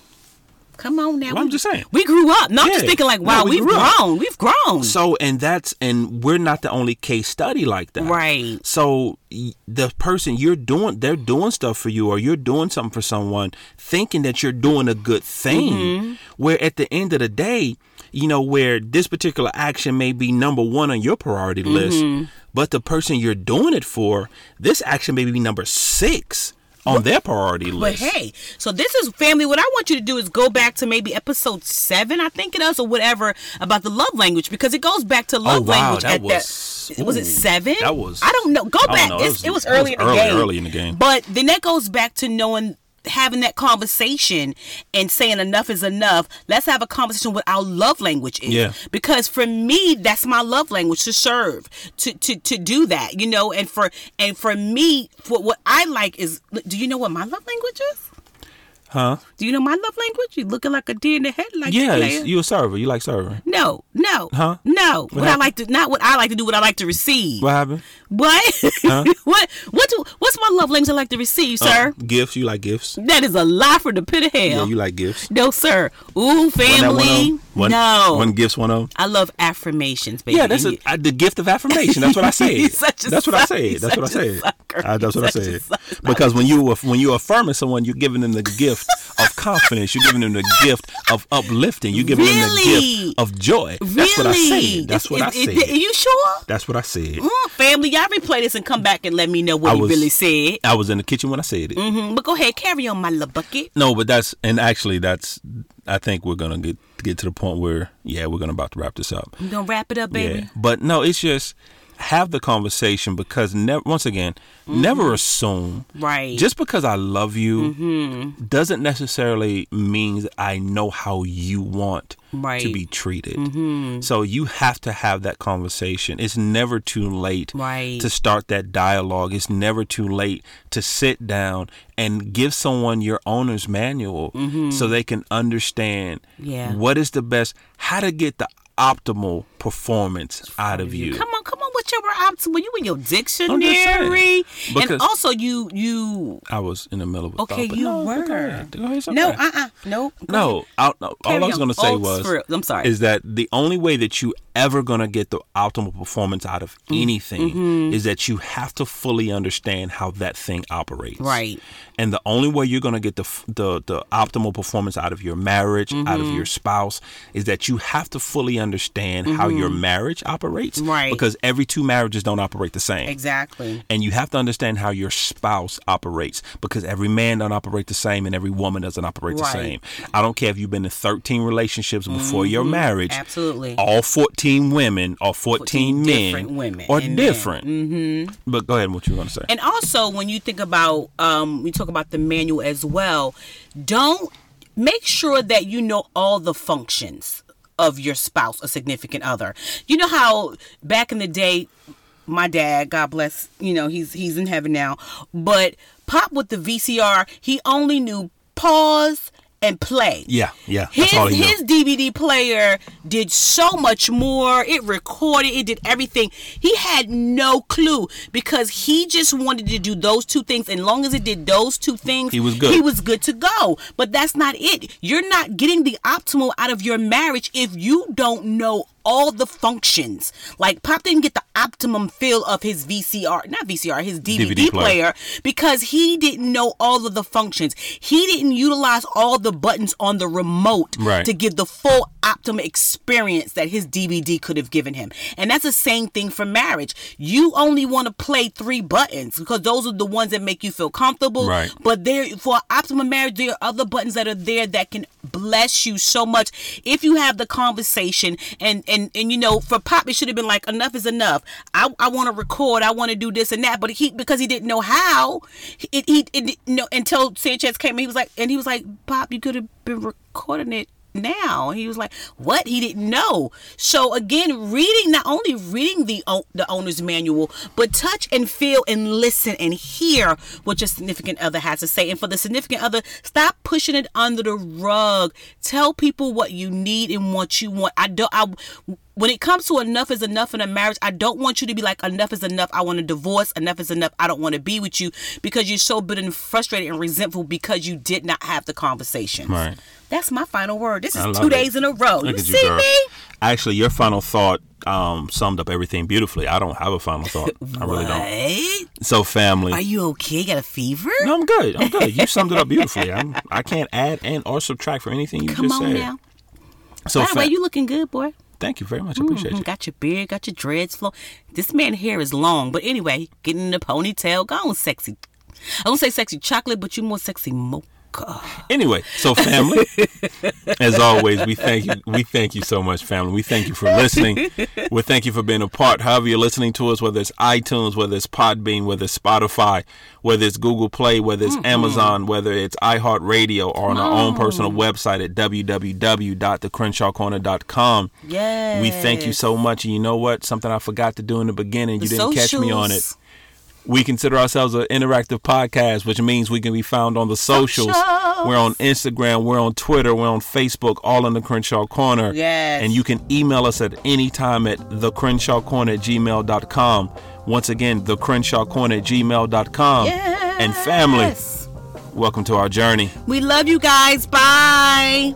[SPEAKER 2] Come on now.
[SPEAKER 1] Well, I'm
[SPEAKER 2] We-
[SPEAKER 1] just saying.
[SPEAKER 2] We grew up. No, I'm just
[SPEAKER 1] Yeah.
[SPEAKER 2] thinking like,
[SPEAKER 1] No,
[SPEAKER 2] wow,
[SPEAKER 1] we
[SPEAKER 2] we have
[SPEAKER 1] grew up.
[SPEAKER 2] grown. We've grown.
[SPEAKER 1] So and that's and we're not the only case study like that.
[SPEAKER 2] Right.
[SPEAKER 1] So y- the person you're doing they're doing stuff for you or you're doing something for someone thinking that you're doing a good thing
[SPEAKER 2] Mm-hmm.
[SPEAKER 1] where at the end of the day, you know where this particular action may be number 1 on your priority
[SPEAKER 2] Mm-hmm.
[SPEAKER 1] list, but the person you're doing it for, this action may be number 6 on their priority
[SPEAKER 2] But
[SPEAKER 1] list.
[SPEAKER 2] hey, so this is family. What I want you to do is go back to maybe episode seven, I think it is, or whatever, about the love language because it goes back to love
[SPEAKER 1] Oh, wow,
[SPEAKER 2] language
[SPEAKER 1] that
[SPEAKER 2] at
[SPEAKER 1] was-
[SPEAKER 2] that. Was it
[SPEAKER 1] ooh,
[SPEAKER 2] seven?
[SPEAKER 1] that was-
[SPEAKER 2] I don't know. Go
[SPEAKER 1] I don't
[SPEAKER 2] back.
[SPEAKER 1] know. That
[SPEAKER 2] It's-
[SPEAKER 1] was-
[SPEAKER 2] it was
[SPEAKER 1] that was
[SPEAKER 2] early in the
[SPEAKER 1] early,
[SPEAKER 2] game.
[SPEAKER 1] early in the game.
[SPEAKER 2] But then that goes back to knowing having that conversation and saying enough is enough. Let's have a conversation what our love language is.
[SPEAKER 1] Yeah.
[SPEAKER 2] Because for me, that's my love language to serve, to to to do that, you know, and for and for me, for what I like is do you know what my love language is?
[SPEAKER 1] huh?
[SPEAKER 2] Do you know my love language? You looking like a deer in the headlights.
[SPEAKER 1] Yeah,
[SPEAKER 2] player.
[SPEAKER 1] it's- you a server. You like serving.
[SPEAKER 2] no, no,
[SPEAKER 1] Huh?
[SPEAKER 2] no. What, I
[SPEAKER 1] happened?
[SPEAKER 2] like to not what I like to do. What I like to receive.
[SPEAKER 1] What happened?
[SPEAKER 2] What? *laughs* what? What? do- What's my love language? I like to
[SPEAKER 1] Uh,
[SPEAKER 2] receive, sir.
[SPEAKER 1] Gifts. You like gifts.
[SPEAKER 2] That is a lie from the pit of hell.
[SPEAKER 1] Yeah, you like gifts.
[SPEAKER 2] no, sir. Ooh,
[SPEAKER 1] Wasn't that
[SPEAKER 2] family.
[SPEAKER 1] One, of 'em? Wasn't-
[SPEAKER 2] no.
[SPEAKER 1] One gifts. One of them.
[SPEAKER 2] I love affirmations, baby.
[SPEAKER 1] Yeah, that's a,
[SPEAKER 2] And
[SPEAKER 1] I, the gift of affirmation. That's what I
[SPEAKER 2] *laughs*
[SPEAKER 1] said.
[SPEAKER 2] He's such a
[SPEAKER 1] that's what I
[SPEAKER 2] suck-
[SPEAKER 1] said.
[SPEAKER 2] he's
[SPEAKER 1] That's what I
[SPEAKER 2] such a
[SPEAKER 1] said.
[SPEAKER 2] sucker.
[SPEAKER 1] I, that's what I
[SPEAKER 2] He's such a
[SPEAKER 1] said.
[SPEAKER 2] sucker.
[SPEAKER 1] Because when you aff- when you affirming someone, you're giving them the gift of confidence. You're giving them the gift of uplifting. You're giving them the
[SPEAKER 2] Really?
[SPEAKER 1] gift of joy.
[SPEAKER 2] you-
[SPEAKER 1] That's what I
[SPEAKER 2] Really?
[SPEAKER 1] said. That's what I
[SPEAKER 2] Is-
[SPEAKER 1] said.
[SPEAKER 2] is- Are you sure?
[SPEAKER 1] That's what I said.
[SPEAKER 2] Mm, family, y'all replay this and come back and let me know what
[SPEAKER 1] I
[SPEAKER 2] you
[SPEAKER 1] was-
[SPEAKER 2] really said.
[SPEAKER 1] I was in the kitchen when I said it.
[SPEAKER 2] Mm, but go ahead, carry on, my little bucket.
[SPEAKER 1] No, but that's and actually that's. I think we're gonna get get to the point where yeah, we're gonna about to wrap this up.
[SPEAKER 2] I'm gonna wrap it up, baby.
[SPEAKER 1] Yeah, but no, it's just have the conversation because never once again,
[SPEAKER 2] Mm-hmm.
[SPEAKER 1] never assume.
[SPEAKER 2] Right.
[SPEAKER 1] Just because I love you
[SPEAKER 2] Mm-hmm.
[SPEAKER 1] doesn't necessarily mean that I know how you want to
[SPEAKER 2] Right. Mm-hmm.
[SPEAKER 1] be treated. So you have to have that conversation. It's never too late
[SPEAKER 2] Right.
[SPEAKER 1] to start that dialogue. It's never too late to sit down and give someone your owner's manual so they can understand
[SPEAKER 2] Mm-hmm. Yeah.
[SPEAKER 1] what is the best, how to get the optimal performance out of you.
[SPEAKER 2] Come on, come on with your optimal. You in your
[SPEAKER 1] saying.
[SPEAKER 2] dictionary, and
[SPEAKER 1] Because-
[SPEAKER 2] also you you.
[SPEAKER 1] I was in the middle of a
[SPEAKER 2] Okay,
[SPEAKER 1] thought, but
[SPEAKER 2] you
[SPEAKER 1] no,
[SPEAKER 2] were.
[SPEAKER 1] Go ahead. Go ahead, it's
[SPEAKER 2] No,
[SPEAKER 1] okay.
[SPEAKER 2] uh, uh no, go ahead.
[SPEAKER 1] No, I, no all
[SPEAKER 2] Carry
[SPEAKER 1] I was
[SPEAKER 2] on.
[SPEAKER 1] going to say
[SPEAKER 2] Old
[SPEAKER 1] was,
[SPEAKER 2] script. I'm sorry.
[SPEAKER 1] is that the only way that you ever going to get the optimal performance out of
[SPEAKER 2] Mm-hmm.
[SPEAKER 1] anything is that you have to fully understand how that thing operates.
[SPEAKER 2] Right.
[SPEAKER 1] And the only way you're going to get the, f- the the optimal performance out of your marriage, out of
[SPEAKER 2] Mm-hmm.
[SPEAKER 1] your spouse, is that you have to fully understand how your marriage operates.
[SPEAKER 2] Mm-hmm. Right.
[SPEAKER 1] Because every two marriages don't operate the same
[SPEAKER 2] Exactly.
[SPEAKER 1] and you have to understand how your spouse operates because every man don't operate the same and every woman doesn't operate
[SPEAKER 2] Right. Mm-hmm.
[SPEAKER 1] the same. I don't care if you've been in 13 relationships before your marriage.
[SPEAKER 2] Absolutely.
[SPEAKER 1] All 14 women or 14,
[SPEAKER 2] 14
[SPEAKER 1] men
[SPEAKER 2] different women
[SPEAKER 1] are
[SPEAKER 2] and men.
[SPEAKER 1] different. Mm-hmm. But go ahead and what you were going to say.
[SPEAKER 2] And also, when you think about, um, we talk about the manual as well. Don't make sure that you know all the functions of your spouse or significant other. You know how back in the day, my dad, God bless, you know he's he's in heaven now, but Pop with the VCR, he only knew pause and play.
[SPEAKER 1] yeah, yeah.
[SPEAKER 2] His,
[SPEAKER 1] that's all he knew.
[SPEAKER 2] his DVD player did so much more. It recorded, it did everything. He had no clue because he just wanted to do those two things. And long as it did those two things,
[SPEAKER 1] He was good.
[SPEAKER 2] He was good to go. But that's not it. You're not getting the optimal out of your marriage if you don't know all the functions. Like Pop didn't get the optimum feel of his VCR, not VCR, his DVD,
[SPEAKER 1] DVD player.
[SPEAKER 2] player there because he didn't know all of the functions. He didn't utilize all the buttons on the remote
[SPEAKER 1] Right.
[SPEAKER 2] to give the full optimum experience that his DVD could have given him. And that's the same thing for marriage. You only want to play three buttons because those are the ones that make you feel comfortable.
[SPEAKER 1] Right.
[SPEAKER 2] But there for optimum marriage, there are other buttons that are there that can bless you so much if you have the conversation and and and you know for pop it should have been like enough is enough. I, I want to record. I want to do this and that. But he because he didn't know how it he it, didn't know until Sanchez came. He was like and he was like Pop, you could have been recording it now he was like what he didn't know so again reading not only reading the o- the owner's manual but touch and feel and listen and hear what your significant other has to say and for the significant other stop pushing it under the rug tell people what you need and what you want i don't i when it comes to enough is enough in a marriage, I don't want you to be like enough is enough. I want a divorce. Enough is enough. I don't want to be with you because you're so bitter and frustrated and resentful because you did not have the conversation.
[SPEAKER 1] Right.
[SPEAKER 2] That's my final word. This
[SPEAKER 1] I
[SPEAKER 2] is
[SPEAKER 1] love
[SPEAKER 2] two
[SPEAKER 1] it.
[SPEAKER 2] days in a row.
[SPEAKER 1] Look
[SPEAKER 2] you
[SPEAKER 1] at
[SPEAKER 2] see
[SPEAKER 1] girl.
[SPEAKER 2] me?
[SPEAKER 1] Actually, your final thought um, summed up everything beautifully. I don't have a final thought. I really don't.
[SPEAKER 2] What?
[SPEAKER 1] So, family.
[SPEAKER 2] Are you okay? Got a fever?
[SPEAKER 1] no, I'm good. I'm good. You summed it up
[SPEAKER 2] *laughs*
[SPEAKER 1] beautifully. I'm, I can't add and or subtract for anything you
[SPEAKER 2] Come
[SPEAKER 1] just
[SPEAKER 2] on
[SPEAKER 1] said.
[SPEAKER 2] now.
[SPEAKER 1] So,
[SPEAKER 2] By the way,
[SPEAKER 1] fam-
[SPEAKER 2] you looking good, boy.
[SPEAKER 1] Thank you very much. I appreciate
[SPEAKER 2] Mhm,
[SPEAKER 1] you.
[SPEAKER 2] Got your beard, got your dreads flowing. This man hair is long, but anyway, getting the ponytail gone, sexy. I won't say sexy chocolate, but you more sexy mocha.
[SPEAKER 1] Anyway, so family, as always, we thank you. We thank you so much, family. We thank you for listening. We thank you for being a part. However, you're listening to us, whether it's iTunes, whether it's Podbean, whether it's Spotify, whether it's Google Play, whether it's Amazon, whether it's iHeartRadio, or on our own personal website at www.thecrenshawcorner.com.
[SPEAKER 2] Yeah.
[SPEAKER 1] We thank you so much. And you know what? Something I forgot to do in the beginning. you didn't catch me on it. We consider ourselves an interactive podcast, which means we can be found on the socials.
[SPEAKER 2] Socials.
[SPEAKER 1] We're on Instagram, we're on Twitter, we're on Facebook, all in the Crenshaw Corner.
[SPEAKER 2] Yes.
[SPEAKER 1] And you can email us at any time at thecrenshawcorner at gmail.com. Once again, thecrenshawcorner at gmail.com.
[SPEAKER 2] Yes.
[SPEAKER 1] And family, welcome to our journey.
[SPEAKER 2] We love you guys. Bye.